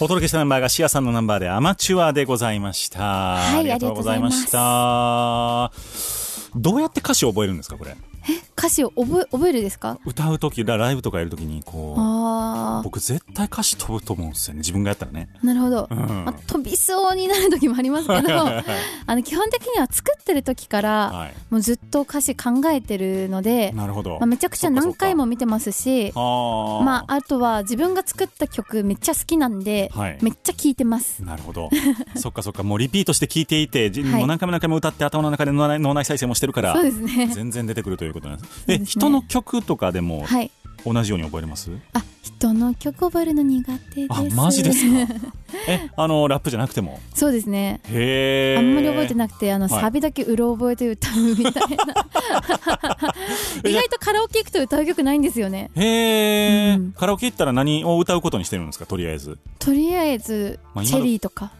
Speaker 3: お届けしたナンバーがシアさんのナンバーでアマチュアでございました。はいありがとうございました。どうやって歌詞を覚えるんですかこれ。
Speaker 4: 歌詞を覚え覚えるですか
Speaker 3: 歌う時ラライブとかやる時にこう
Speaker 4: あ
Speaker 3: 僕絶対歌詞飛ぶと思うんですよね自分がやったら ね。
Speaker 4: あなるほど、
Speaker 3: うん
Speaker 4: まあ飛びそうになる時もありますけど あの基本的には作ってる時から、
Speaker 3: はい
Speaker 4: もうずっと歌詞考えてるので、ま
Speaker 3: なるほど。
Speaker 4: あ、めちゃくちゃ何回も見てますし
Speaker 3: ああ。
Speaker 4: まあ、あとは自分が作った曲めっちゃ好きなんで、
Speaker 3: はい
Speaker 4: めっちゃ聴いてます
Speaker 3: なるほど。 そっかそっか。もうリピートして聞いていて、じ
Speaker 4: はい
Speaker 3: もう何回も何回も歌って頭の中で脳内脳内再生もしてるから
Speaker 4: そう、ですね
Speaker 3: 全然出てくるということなんです。
Speaker 4: うです
Speaker 3: え、
Speaker 4: ね
Speaker 3: 人の曲とかでも
Speaker 4: はい
Speaker 3: 同じように覚えれます
Speaker 4: あ人の曲覚えるの苦手です
Speaker 3: あ、マジです かえ、あの、ラップじゃなくても。
Speaker 4: そうですね
Speaker 3: へえ。
Speaker 4: あんまり覚えて
Speaker 3: い。
Speaker 4: なくてあの、
Speaker 3: はい
Speaker 4: サビだけうろ覚えて歌うみ たいな意外とカラオケ行くと歌う曲ないんですよね
Speaker 3: へえ、
Speaker 4: うん
Speaker 3: カラオケ行ったら何を歌うことにしてるんですかとりあえず。
Speaker 4: とりあえず、
Speaker 3: まあ今の
Speaker 4: チェリーとか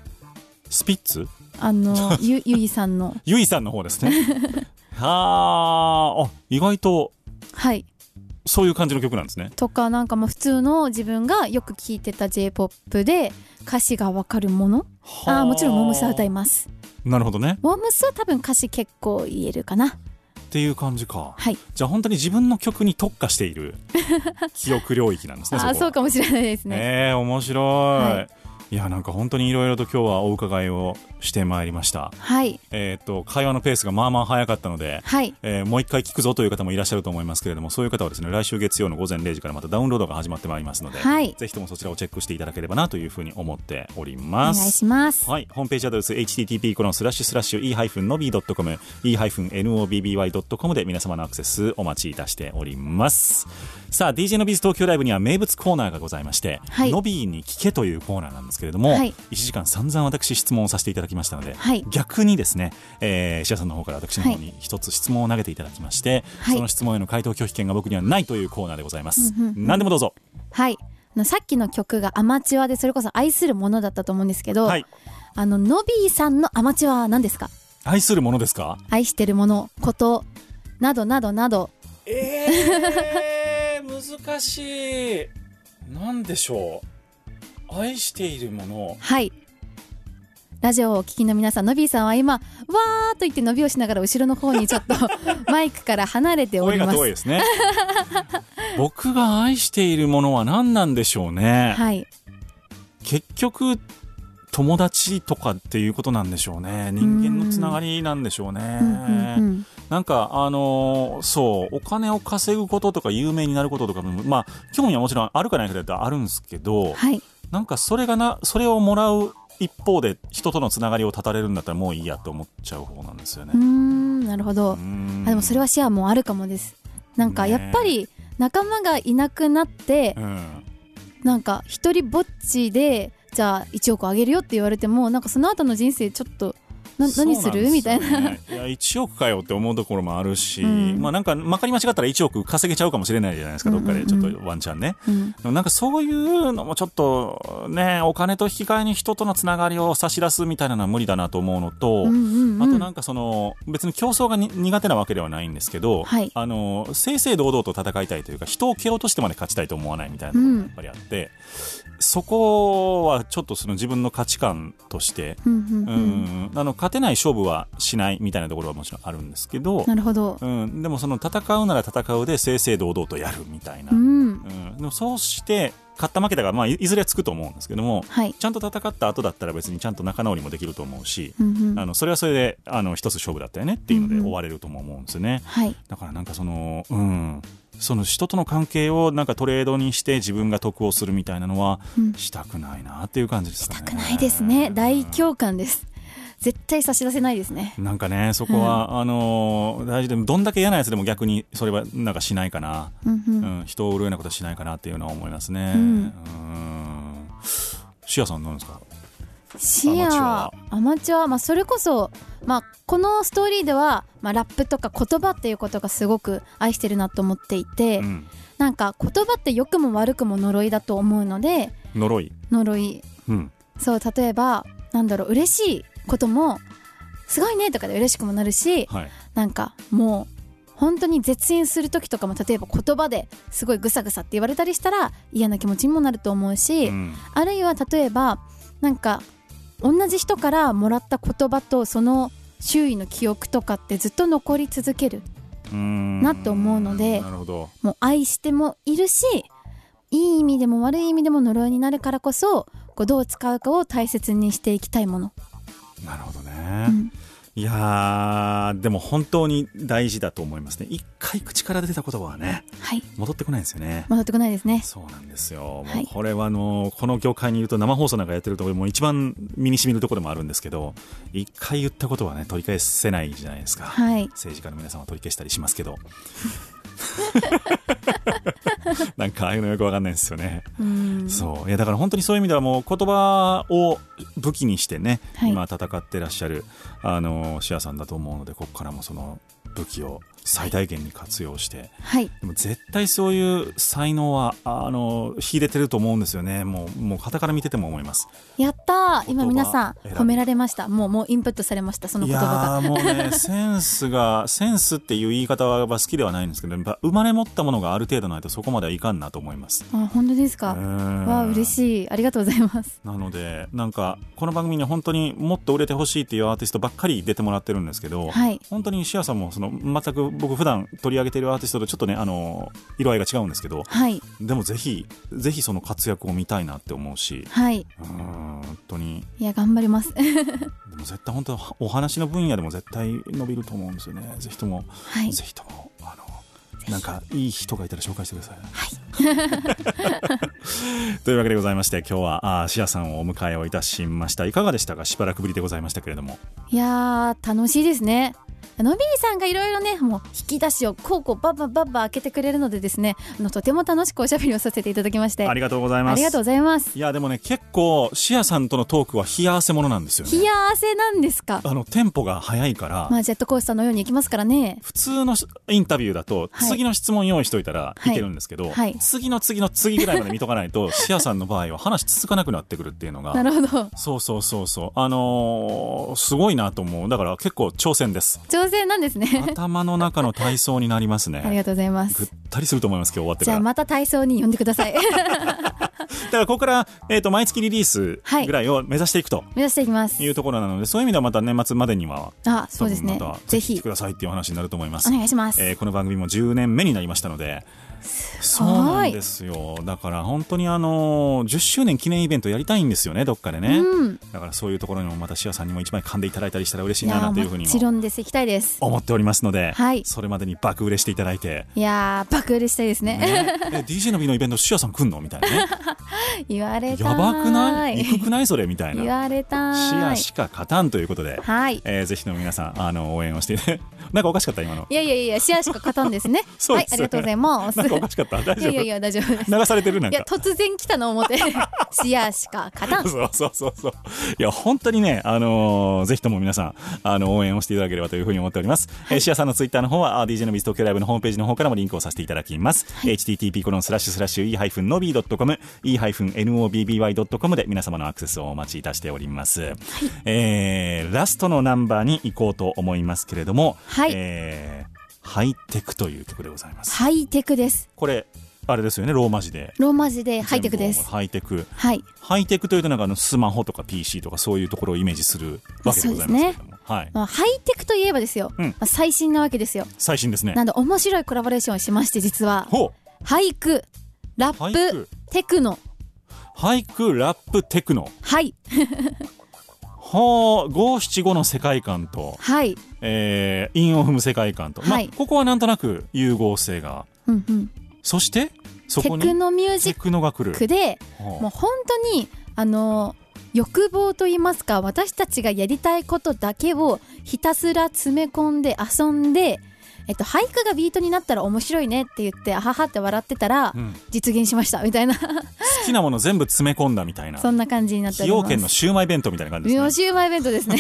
Speaker 3: スピッツ
Speaker 4: あ のゆゆいさんの
Speaker 3: ゆいさんの方です ね。はあ、あ、意外と
Speaker 4: はい
Speaker 3: そういう感じの曲なんですね。
Speaker 4: とかなんかもう普通の自分がよく聴いてた j p o p で歌詞がわかるものあーもちろんモームスは歌い
Speaker 3: ま
Speaker 4: ます
Speaker 3: す。なるほどね。
Speaker 4: モームスは多分歌詞結構言えるかな
Speaker 3: っていう感じか、
Speaker 4: はい
Speaker 3: じゃあ本当に自分の曲に特化してい る記憶領域なんですね
Speaker 4: あー
Speaker 3: こ
Speaker 4: そ
Speaker 3: は
Speaker 4: うかもしれないですね
Speaker 3: えー面白い、、
Speaker 4: はい
Speaker 3: やなんか本当にいろいろと今日はお伺いをしてまいりました
Speaker 4: はい
Speaker 3: えーっと会話のペースがまあまあ早かったので、
Speaker 4: はい
Speaker 3: えーもう一回聞くぞという方もいらっしゃると思いますけれどもそういう方はですね来週月曜の午前0時からまたダウンロードが始まってまいりますので、
Speaker 4: はい
Speaker 3: ぜひともそちらをチェックしていただければなというふうに思っており
Speaker 4: お
Speaker 3: ま
Speaker 4: 願い
Speaker 3: す
Speaker 4: します
Speaker 3: はい、ホームページアドレス http コロンスラッシュスラッシュ e-nobby.com e-nobby.com で皆様のアクセスお待ちいたしておりますさあ DJ のビーズ東京ライブには名物コーナーがございまして、
Speaker 4: はい
Speaker 3: ノビーに聞けというコーナーなんですけれども、
Speaker 4: はい
Speaker 3: 1時間散々私質問をさせていただきましたので、
Speaker 4: はい
Speaker 3: 逆にですね、えー、シアさんの方から私の方に一つ質問を投げていただきまして、
Speaker 4: はい
Speaker 3: その質問への回答拒否権が僕にはないというコーナーでございます、
Speaker 4: うんうんうん
Speaker 3: 何でもどうぞ
Speaker 4: はいあのさっきの曲がアマチュアでそれこそ愛するものだったと思うんですけど、
Speaker 3: はい
Speaker 4: あのノビーさんのアマチュアは何ですか
Speaker 3: 愛するものですか
Speaker 4: 愛してるものことなどなどなど
Speaker 2: えー、難しい。なんでしょう。愛しているもの。
Speaker 4: はいラジオをお聞きの皆さんノビーさんは今わーっと言って伸びをしながら後ろの方に ちょっとマイクから離れてお
Speaker 3: 声
Speaker 4: り
Speaker 3: が
Speaker 4: ます
Speaker 3: 遠いで すね僕が愛しているものは何なんでしょうね、
Speaker 4: はい
Speaker 3: 結局友達とかっていうことなんでしょうね人間のつながりなんでしょうね
Speaker 4: うんうんうん
Speaker 3: なんかあのーそうお金を稼ぐこととか有名になることとかもまあ興味はもちろんあるかないかだってあるんですけど
Speaker 4: はい
Speaker 3: なんかそれがなそれをもらう一方で人とのつながりを断たれるんだったらもういいやと思っちゃう方なんですよね
Speaker 4: うーんなるほど、
Speaker 3: うん
Speaker 4: あでもそれはシェアもあるかもですなんか
Speaker 3: ね
Speaker 4: やっぱり仲間がいなくなって
Speaker 3: うん
Speaker 4: なんか一人ぼっちでじゃあ1億あげるよって言われてもなんかその後の人生ちょっとな
Speaker 3: そう
Speaker 4: 何
Speaker 3: なん
Speaker 4: する
Speaker 3: で
Speaker 4: みたい
Speaker 3: よ
Speaker 4: な。
Speaker 3: ねいや1億かよって思うところもあるし、
Speaker 4: うん
Speaker 3: まあなんかまかり間違ったら1億稼げちゃうかもしれないじゃないですかどっかでちょっとワンチャンね、
Speaker 4: うん
Speaker 3: でもなんかそういうのもちょっとねお金と引き換えに人とのつながりを差し出すみたいなのは無理だなと思うのと、
Speaker 4: うんうんうん
Speaker 3: あとなんかその別に競争がに苦手なわけではないんですけど、
Speaker 4: はい
Speaker 3: あの正々堂々と戦いたいというか人を蹴落としてまで勝ちたいと思わないみたいなところがやっぱりあって、そこはちょっとその自分の価値観として、
Speaker 4: うん
Speaker 3: う
Speaker 4: うんん
Speaker 3: あの勝てない勝負はしないみたいなところはもちろんあるんですけど
Speaker 4: なるほど。
Speaker 3: うん、でもその戦うなら戦うで正々堂々とやるみたいな、
Speaker 4: う
Speaker 3: うん
Speaker 4: ん。
Speaker 3: でもそうして勝った負けたが、まあ、いいずれはつくと思うんですけども
Speaker 4: はい。
Speaker 3: ちゃんと戦った後だったら別にちゃんと仲直りもできると思うし、
Speaker 4: うんうん
Speaker 3: あのそれはそれであの一つ勝負だったよねっていうので
Speaker 4: うんうん
Speaker 3: 終われるとも思うんですよね。
Speaker 4: はい。
Speaker 3: だからなんかその、うん、その人との関係をなんかトレードにして自分が得をするみたいなのは
Speaker 4: うん
Speaker 3: したくないなっていう感じですかね。
Speaker 4: したくないですね。大共感です。絶対差し出せないですね。
Speaker 3: なんかね、そこは、あのー大事で、どんだけ嫌なやつでも逆にそれはなんかしないかな、
Speaker 4: うんう。
Speaker 3: うんん、人を売るようなことしないかなっていうのは思いますね。
Speaker 4: う
Speaker 3: うんん。シアさん、なんですか
Speaker 4: シ
Speaker 3: アマチュア
Speaker 4: ア
Speaker 3: は、
Speaker 4: アマチュア、まあ、それこそ、まあ、このストーリーでは、まあ、ラップとか言葉っていうことがすごく愛してるなと思っていて、
Speaker 3: うん。
Speaker 4: なんか言葉って良くも悪くも呪いだと思うので、
Speaker 3: 呪い。
Speaker 4: 呪い
Speaker 3: うん。
Speaker 4: そう例えばなんだろう嬉しいこともすごいねとかで嬉しくもなるし
Speaker 3: はい。
Speaker 4: なんかもう本当に絶縁する時とかも例えば言葉ですごいぐさぐさって言われたりしたら嫌な気持ちにもなると思うし、
Speaker 3: うん。
Speaker 4: あるいは例えばなんか同じ人からもらった言葉とその周囲の記憶とかってずっと残り続ける
Speaker 3: うん
Speaker 4: なと思うので
Speaker 3: なるほど。
Speaker 4: もう愛してもいるしいい意味でも悪い意味でも呪いになるからこそこうどう使うかを大切にしていきたいもの。
Speaker 3: なるほどね。
Speaker 4: うん
Speaker 3: いやー、でも本当に大事だと思いますね。一回口から出た言葉はね、
Speaker 4: はい
Speaker 3: 戻ってこないんですよね。
Speaker 4: 戻ってこないですね。
Speaker 3: そうなんですよ。も
Speaker 4: はいう
Speaker 3: これはあのこの業界にいると生放送なんかやってるところもう一番身に染みるところでもあるんですけど、一回言ったことはね取り返せないじゃないですか。
Speaker 4: はい。
Speaker 3: 政治家の皆さんは取り消したりしますけど。 なんかああいうのよくわかんないですよね。
Speaker 4: うん。
Speaker 3: そういやだから本当にそういう意味ではもう言葉を武器にしてね、
Speaker 4: はい
Speaker 3: 今戦ってらっしゃるあのシアさんだと思うのでここからもその武器を最大限に活用して、
Speaker 4: はい。
Speaker 3: でも絶対そういう才能はあの秀でてると思うんですよねもうもう傍から見てても思います
Speaker 4: やったー。今
Speaker 3: 言葉
Speaker 4: 皆さん
Speaker 3: 選び
Speaker 4: 褒められました。もうもうインプットされました。その
Speaker 3: い
Speaker 4: 言葉
Speaker 3: やーもう ねセンスがセンスっていう言い方は好きではないんですけどやっぱ生まれ持ったものがある程度ないとそこまではいかんなと思います
Speaker 4: が。あ本当ですか。わあ
Speaker 3: わ
Speaker 4: 嬉
Speaker 3: い
Speaker 4: しい。ありがとうございます。
Speaker 3: なのでなんかこの番組に本当にもっと売れてほしいっていうアーティストばっかり出てもらってるんですけど、
Speaker 4: はい。
Speaker 3: 本当にシアさんもその全く僕普段取り上げているアーティストとちょっとねあの色合いが違うんですけど
Speaker 4: はい。
Speaker 3: でもぜひぜひその活躍を見たいなって思うし
Speaker 4: はい。
Speaker 3: うーん本当に
Speaker 4: いや頑張ります。
Speaker 3: でも絶対本当はお話の分野でも絶対伸びると思うんですよねぜひとも、
Speaker 4: はい。
Speaker 3: ぜひともあのなんかいい人がいたら紹介してください、 というわけでございまして今日はあーシアさんをお迎えをいたしましたいかがでしたかしばらくぶりでございましたけれども
Speaker 4: いやー楽しいですね。のびりさんがいろいろねもう引き出しをこうこうバッバッバッバ開けてくれるのでですねあのとても楽しくおしゃべりをさせていただきまして
Speaker 3: ありがとうございます
Speaker 4: ありがとうございます
Speaker 3: いやでもね結構シアさんとのトークは冷や汗ものなんですよ
Speaker 4: 冷
Speaker 3: ね
Speaker 4: や汗なんですか
Speaker 3: あのテンポが速いから、
Speaker 4: まあジェットコースターのように行きますからね
Speaker 3: 普通のしインタビューだと、
Speaker 4: はい
Speaker 3: 次の質問用意しといたら
Speaker 4: はい
Speaker 3: いけるんですけど、
Speaker 4: はい
Speaker 3: 次の次の次ぐらいまで見とかないとシアさんの場合は話続かなくなってくるっていうの
Speaker 4: な
Speaker 3: が
Speaker 4: るほど
Speaker 3: そうそうそうそうあのーすごいなと思うだから結構挑戦です
Speaker 4: 挑戦なんですね
Speaker 3: 頭の中の体操になります
Speaker 4: あり
Speaker 3: ね
Speaker 4: がとうございま
Speaker 3: ぐっ
Speaker 4: す
Speaker 3: たりすると思います今日終わって
Speaker 4: じ
Speaker 3: か
Speaker 4: ゃ
Speaker 3: ら
Speaker 4: あまた体操に呼んでください
Speaker 3: だからここから、えー、と毎月リリースぐらいを目指していくと
Speaker 4: 目指していきます
Speaker 3: いうところなので、そういう意味ではまた年末までには
Speaker 4: あそうですね
Speaker 3: 多分また
Speaker 4: ぜ
Speaker 3: ぜひ来
Speaker 4: ひ
Speaker 3: てくださいっていう話になると思います
Speaker 4: お願いします、
Speaker 3: えーこの番組も10年目になりましたのでそうなんですよだから本当にあのー10周年記念イベントやりたいんですよねどっかでね、
Speaker 4: うん
Speaker 3: だからそういうところにもまたシアさんにも一枚噛んでいただいたりしたら嬉しい
Speaker 4: い
Speaker 3: なな
Speaker 4: や
Speaker 3: んていうふう
Speaker 4: ー
Speaker 3: に
Speaker 4: も
Speaker 3: も
Speaker 4: ちろんです行きたいです
Speaker 3: 思っておりますので、
Speaker 4: はい
Speaker 3: それまでに爆売れしていただい て、
Speaker 4: いやー爆売れしたいですね
Speaker 3: ね、え DJ の日のイベントシアさん来んのみたいなね
Speaker 4: 言われたー
Speaker 3: やばくない憎くないそれみたい
Speaker 4: 言
Speaker 3: な
Speaker 4: われたー
Speaker 3: シアしか勝たんということで、
Speaker 4: はい
Speaker 3: えーぜひとも皆さんあの応援をして、ね、 なんかおかしかった今の
Speaker 4: いやいやいや、シェアしか勝た んですね。
Speaker 3: そう
Speaker 4: は
Speaker 3: で
Speaker 4: い、
Speaker 3: す
Speaker 4: ありがとうござ います。
Speaker 3: なんかおかしかった大
Speaker 4: い
Speaker 3: 丈夫
Speaker 4: やいやいや、大丈夫です。
Speaker 3: 流されてるなん
Speaker 4: いや、
Speaker 3: か
Speaker 4: 突然来た の思って、シェアしか勝たん。
Speaker 3: そうそうそうそう。いや、本当にね、あのーぜひとも皆さん、あの、応援をしていただければというふうに思っております。えー、シアさんのツイッターの方は、あー DJ のビズ東京ライブのホームページの方からもリンクをさせていただきます。http コロンスラッシュスラッシュ e-nobby.com、e-nobby.com で皆様のアクセスをお待ちいたしております。えー、ラストのナンバーに行こうと思いますけれども、
Speaker 4: はい
Speaker 3: えーハイテクという曲でございます。
Speaker 4: ハイテクです。
Speaker 3: これ、あれですよね、ローマ字で。
Speaker 4: ローマ字でハイテクです。
Speaker 3: ハイテク。
Speaker 4: はい。
Speaker 3: ハイテクというとなんかあのスマホとか PC とかそういうところをイメージするわけでございますけれども、はい、
Speaker 4: まあ、ハイテクといえばですよ。
Speaker 3: うん
Speaker 4: まあ最新なわけですよ。
Speaker 3: 最新ですね
Speaker 4: なんで面白いコラボレーションをしまして、実は。
Speaker 3: ほう
Speaker 4: 俳句、ラッ
Speaker 3: 俳句
Speaker 4: プ、テクノ。
Speaker 3: 俳句ラップテクノ
Speaker 4: はい。
Speaker 3: ほう五七五の世界観と、
Speaker 4: はい。
Speaker 3: えー、韻を踏む世界観と、まあ
Speaker 4: はい
Speaker 3: ここはなんとなく融合性が
Speaker 4: うんうん。
Speaker 3: そしてそ
Speaker 4: テ
Speaker 3: こに
Speaker 4: クノミュージ
Speaker 3: テ
Speaker 4: ッ
Speaker 3: クノが来る
Speaker 4: クで、
Speaker 3: ほう
Speaker 4: もう本当にあの欲望と言いますか私たちがやりたいことだけをひたすら詰め込んで遊んで、えっと、俳句がビートになったら面白いねって言ってあははって笑ってたら、
Speaker 3: うん
Speaker 4: 実現しましたみたいな
Speaker 3: 好きなもの全部詰め込んだみたいな
Speaker 4: そんな感じになって
Speaker 3: 崎
Speaker 4: おります
Speaker 3: 陽軒のシウマイ弁当みたいな感じですね
Speaker 4: シウマイ弁当ですね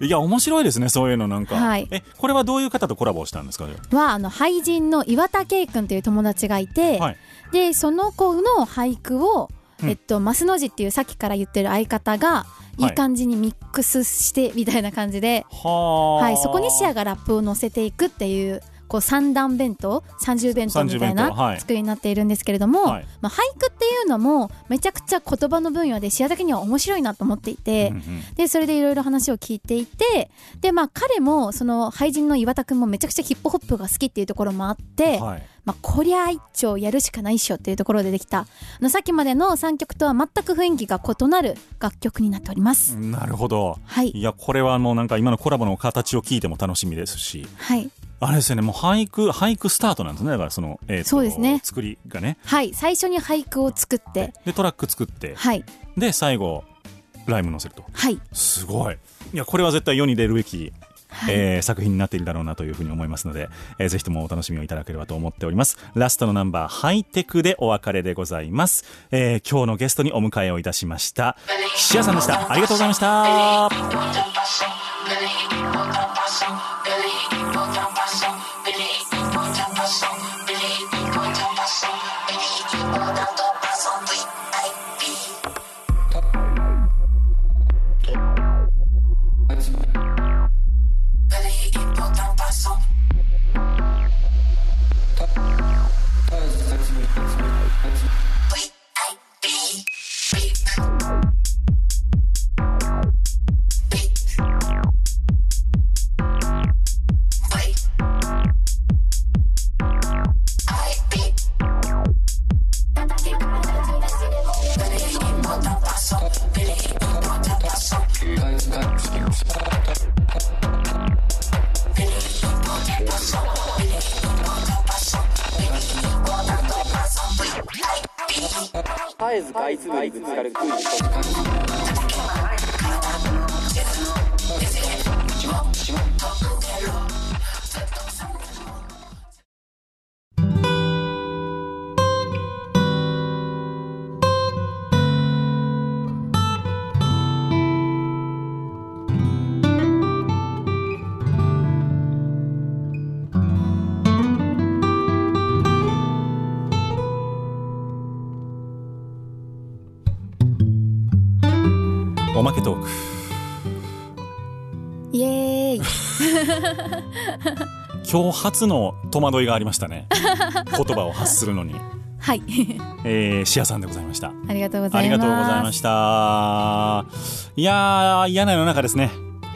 Speaker 3: いや面白いですねそういうのなんか、
Speaker 4: はい
Speaker 3: えこれはどういう方とコラボしたんですかじゃ
Speaker 4: はあの俳人の岩田圭君という友達がいて、
Speaker 3: あはい
Speaker 4: でその子の俳句を、
Speaker 3: うん
Speaker 4: えっと、マスの字っていうさっきから言ってる相方が
Speaker 3: い
Speaker 4: いい感じにミックスしてみたいな感じで、
Speaker 3: はあ
Speaker 4: はい、そこにシアがラップを乗せていくっていうこう三段弁当三重弁当みたい
Speaker 3: 三重弁当は
Speaker 4: ない作りになっているんですけれども、
Speaker 3: はい
Speaker 4: まあ、俳句っていうのもめちゃくちゃ言葉の分野でシアだけには面白いなと思っていて、
Speaker 3: うんうん
Speaker 4: でそれでいろいろ話を聞いていてで、まあ、彼もその俳人の岩田君もめちゃくちゃヒップホップが好きっていうところもあって、
Speaker 3: はい、
Speaker 4: まあ、こりゃ一丁やるしかないっしょっていうところでできたあのさっきまでの3曲とは全く雰囲気が異なる楽曲になっております。
Speaker 3: なるほど
Speaker 4: はい、
Speaker 3: いやこれはもうなんか今のコラボの形を聞いても楽しみですし
Speaker 4: はい
Speaker 3: あれですよねもう俳句俳句スタートなんですねだからその、えーと
Speaker 4: そうですね
Speaker 3: 作りがね
Speaker 4: はい、最初に俳句を作って
Speaker 3: でトラック作って
Speaker 4: はい
Speaker 3: で最後ライム載せると
Speaker 4: はい
Speaker 3: すごいいやこれは絶対世に出るべき、
Speaker 4: はい
Speaker 3: えー作品になっているだろうなというふうに思いますので、えーぜひともお楽しみをいただければと思っておりますラストのナンバーハイテクでお別れでございます、えー今日のゲストにお迎えをいたしましたシアさんでしたありがとうございました
Speaker 7: 絶えずかいつぶにぶつかるクイズ
Speaker 3: おまけトーク
Speaker 4: イエーイ
Speaker 3: 今日初の戸惑いがありました ね言葉を発するのに、
Speaker 4: はい
Speaker 3: えー、シアさんでございました
Speaker 4: ありがとうございます
Speaker 3: ありがとうございましたいやー嫌な世の中ですね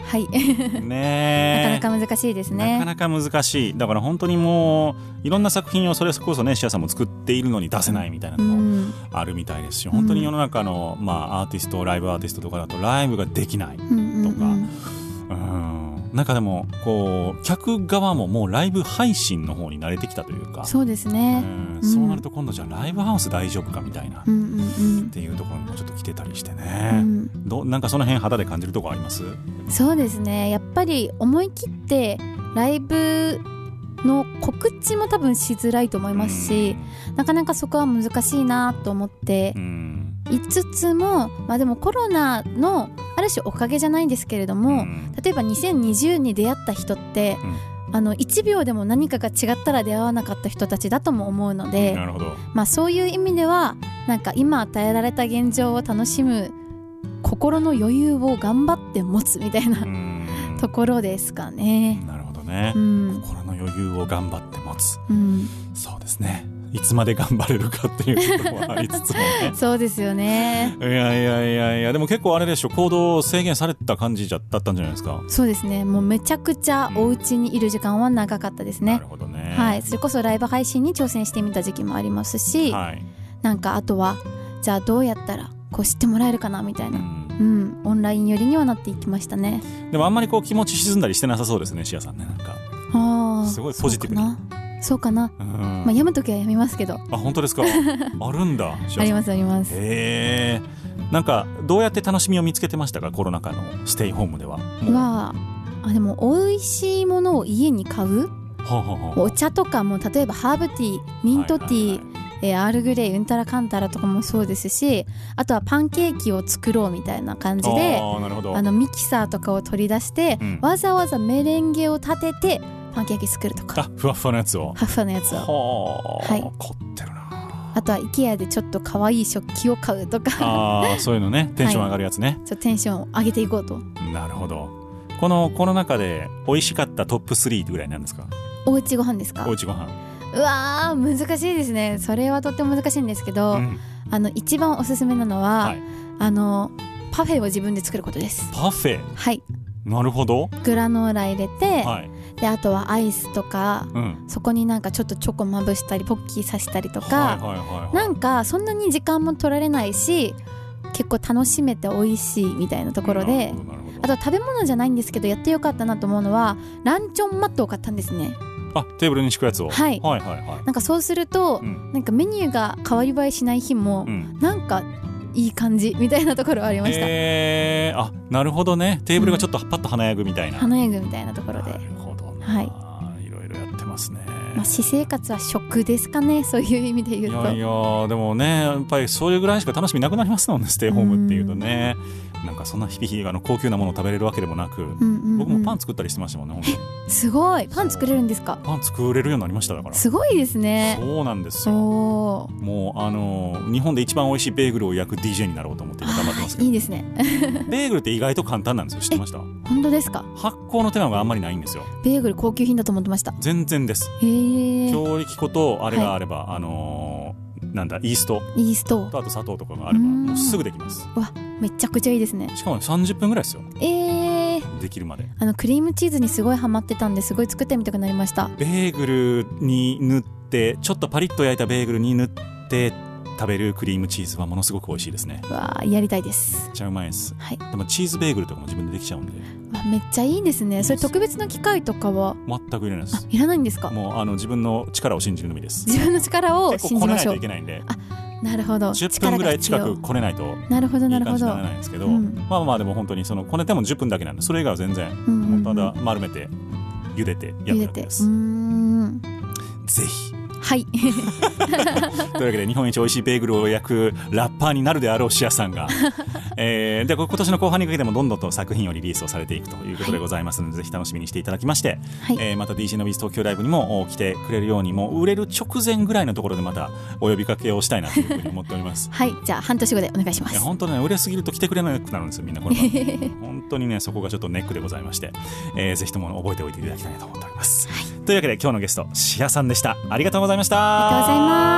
Speaker 4: はい
Speaker 3: ね
Speaker 4: なかなか難しいです
Speaker 3: か
Speaker 4: ね
Speaker 3: なかなか難しいだから本当にもういろんな作品をそれこそねシアさんも作っているのに出せないみたいな
Speaker 4: う
Speaker 3: のも
Speaker 4: ん
Speaker 3: あるみたいですし本当に世の中の、まあ、アーティストライブアーティストとかだとライブができない
Speaker 4: うんうんうん
Speaker 3: とかうんなんかでもこう客側ももうライブ配信の方に慣れてきたというか
Speaker 4: そうです
Speaker 3: う
Speaker 4: ね
Speaker 3: ん
Speaker 4: うん
Speaker 3: そうなると今度じゃあライブハウス大丈夫かみたいな、
Speaker 4: う
Speaker 3: っ
Speaker 4: んうんうん
Speaker 3: ていうところにもちょっと来てたりして
Speaker 4: う
Speaker 3: ね、
Speaker 4: ん、
Speaker 3: どうなんかその辺肌で感じるとこあります
Speaker 4: そうですねやっぱり思い切ってライブの告知も多分しづらいと思いますし、なかなかそこは難しいなと思って
Speaker 3: うん
Speaker 4: いつつも、まあ、でもコロナのある種おかげじゃないんですけれども、
Speaker 3: ん
Speaker 4: 例えば2020に出会った人って、あの1秒でも何かが違ったら出会わなかった人たちだとも思うので、
Speaker 3: なるほど
Speaker 4: まあ、そういう意味ではなんか今与えられた現状を楽しむ心の余裕を頑張って持つみたいな、
Speaker 3: うん
Speaker 4: ところですかね。
Speaker 3: なるほどね
Speaker 4: うん
Speaker 3: 心の余裕を頑張って持つ
Speaker 4: うん、
Speaker 3: そうですねいつまで頑張れるかっていうところもありつつも ね
Speaker 4: そうですよね。
Speaker 3: いやいやいやいやでも結構あれでしょ行動を制限された感じじゃだったんじゃないですか
Speaker 4: そうですね。もうめちゃくちゃお家にいる時間は長かったです
Speaker 3: な
Speaker 4: ね
Speaker 3: る。ほどね
Speaker 4: はい、それこそライブ配信に挑戦してみた時期もありますし、
Speaker 3: はい
Speaker 4: なんかあとはじゃあどうやったらこう知ってもらえるかなみたいうな、
Speaker 3: ん
Speaker 4: うん、オンライン寄りにはなっていきましたね。
Speaker 3: でもあんまりこう気持ち沈んだりしてなさそうですね、シアさんね。なんか。
Speaker 4: ああ、
Speaker 3: すごいポジティブに
Speaker 4: そうかな。そうかな。
Speaker 3: うん
Speaker 4: まあ読む時は読みますけど、
Speaker 3: あ、本当 ですか。あるんだ。。
Speaker 4: ありますすあります。
Speaker 3: へえ。なんかどうやって楽しみを見つけてましたか、コロナ禍のステイホームでは。もう
Speaker 4: はあでも美味しいものを家に買う
Speaker 3: ほうほうほう
Speaker 4: お茶とかも例えばハーブティーミントティ
Speaker 3: は
Speaker 4: ー、
Speaker 3: いはいはい
Speaker 4: えーアールグレイうんたらかんたらとかもそうですしあとはパンケーキを作ろうみたいな感じで
Speaker 3: あーなるほど。
Speaker 4: あのミキサーとかを取り出して、
Speaker 3: うん
Speaker 4: わざわざメレンゲを立ててパンケーキ作るとか
Speaker 3: あ、ふわふわのやつを。
Speaker 4: ハッファのやつを
Speaker 3: はあ、
Speaker 4: はい
Speaker 3: 凝ってるな。
Speaker 4: あとは IKEA でちょっと可愛い食器を買うとか
Speaker 3: ああ、そういうのね、テンション上がるやつね。
Speaker 4: ちょっとテンションを上げていこうと
Speaker 3: なるほど。このコロナ禍で美味しかったトップ3ぐらいなんですか。
Speaker 4: おうちご飯ですか
Speaker 3: おうちご飯。
Speaker 4: うわー難しいですねそれはとっても難しいんですけど、
Speaker 3: うん
Speaker 4: あの一番おすすめなのは、
Speaker 3: はい
Speaker 4: あのパフェを自分で作ることです。
Speaker 3: パフェ。
Speaker 4: はい、
Speaker 3: なるほど。
Speaker 4: グラノーラ入れて、
Speaker 3: はい。
Speaker 4: であとはアイスとか、
Speaker 3: うん。
Speaker 4: そこになんかちょっとチョコまぶしたりポッキー刺したりと
Speaker 3: はい
Speaker 4: か、
Speaker 3: はいはいはい、
Speaker 4: なんかそんなに時間も取られないし結構楽しめて美味しいみたいなところ
Speaker 3: な
Speaker 4: で
Speaker 3: るほ。どなるほ
Speaker 4: あ
Speaker 3: ど
Speaker 4: と食べ物じゃないんですけどやってよかったなと思うのはランチョンマットを買ったんですね
Speaker 3: あテーブルに敷くやつを、
Speaker 4: はい
Speaker 3: はいはいはい
Speaker 4: なんかそうすると、
Speaker 3: うん
Speaker 4: なんかメニューが変わり映えしない日も、
Speaker 3: うん
Speaker 4: なんかいい感じみたいなところはありました、
Speaker 3: えー、あなるほどねテーブルがちょっとパッと華やぐみたいな、
Speaker 4: 花屋具みたいなところで
Speaker 3: なるほどな、い、ろいろやってますね、
Speaker 4: まあ、私生活は食ですかねそういう意味で言うと
Speaker 3: いやいやでもねやっぱりそれぐらいしか楽しみなくなりますもんねステイホームっていうとねなんかそんな日々あの高級なものを食べれるわけでもなく、
Speaker 4: うんうんうん
Speaker 3: 僕もパン作ったりしてましたもんね本当に
Speaker 4: すごいパン作れるんですか
Speaker 3: パン作れるようになりましただから
Speaker 4: すごいですね
Speaker 3: そうなんですよ
Speaker 4: おー
Speaker 3: もうあの日本で一番美味しいベーグルを焼く DJ になろうと思って今頑張ってますけど
Speaker 4: いいですね
Speaker 3: ベーグルって意外と簡単なんですよ知ってました
Speaker 4: 本当ですか
Speaker 3: 発酵の手間があんまりないんですよ
Speaker 4: ベーグル高級品だと思ってました
Speaker 3: 全然です
Speaker 4: へえ
Speaker 3: 強力粉とあれがあれば、あのーなんだイースト
Speaker 4: イースト
Speaker 3: とあと砂糖とかがあれば
Speaker 4: うん
Speaker 3: もうすぐできます
Speaker 4: わめちゃくちゃいいですね
Speaker 3: しかも30分ぐらいですよ
Speaker 4: えー、
Speaker 3: できるまで
Speaker 4: あのクリームチーズにすごいハマってたんですごい作ってみたくなりました
Speaker 3: ベーグルに塗ってちょっとパリッと焼いたベーグルに塗って食べるクリームチーズはものすごく美味しいですねめっ
Speaker 4: うわーやりたいです
Speaker 3: ちゃうまいです
Speaker 4: はい、
Speaker 3: でもチーズベーグルとかも自分でできちゃうんで
Speaker 4: まあ、めっちゃいいですねそれ特別な機械とかは
Speaker 3: 全く入れないで
Speaker 4: あ
Speaker 3: す
Speaker 4: いらないんですか
Speaker 3: もうあの自分の力を信じるのみです
Speaker 4: 自分の力を
Speaker 3: 結
Speaker 4: 信
Speaker 3: 構
Speaker 4: じ
Speaker 3: こね
Speaker 4: ま
Speaker 3: ない
Speaker 4: しょ
Speaker 3: と
Speaker 4: う
Speaker 3: いけないんで
Speaker 4: なるほど
Speaker 3: 10分ぐらい近
Speaker 4: 力が
Speaker 3: く
Speaker 4: 必
Speaker 3: こねないと
Speaker 4: 要なるほど
Speaker 3: い
Speaker 4: ないる
Speaker 3: 感
Speaker 4: ほ
Speaker 3: じ
Speaker 4: ど
Speaker 3: にならないんですけど、
Speaker 4: うん
Speaker 3: まあまあでも本当にそのこねても10分だけなんでそれ以外は全然
Speaker 4: うんうんう
Speaker 3: もうんただ丸めて茹でてや
Speaker 4: 茹
Speaker 3: っ
Speaker 4: で
Speaker 3: ただけ
Speaker 4: てう
Speaker 3: です、
Speaker 4: ーん
Speaker 3: ぜひ
Speaker 4: はい
Speaker 3: というわけで日本一美味しいベーグルを焼くラッパーになるであろうシアさん が、えーでこ今年の後半にかけてもどんどんと作品をリリースをされていくということでございますので、ぜひ楽しみにしていただきまして、
Speaker 4: はい
Speaker 3: えーまた DC のビーズ東京ライブにもお来てくれるようにもう売れる直前ぐらいのところでまたお呼びかけをしたいなというふうに思っております
Speaker 4: はいじゃあ半年後でお願いしま
Speaker 3: いや
Speaker 4: す
Speaker 3: 本当ね売れすぎると来てくれなくなるんですよみんなこれは本当にねそこがちょっとネックでございまして、えー、ぜひとも覚えておいていただきたいなと思っております、というわけで今日のゲストシアさんでしたありがとうございました
Speaker 4: ありがとうございます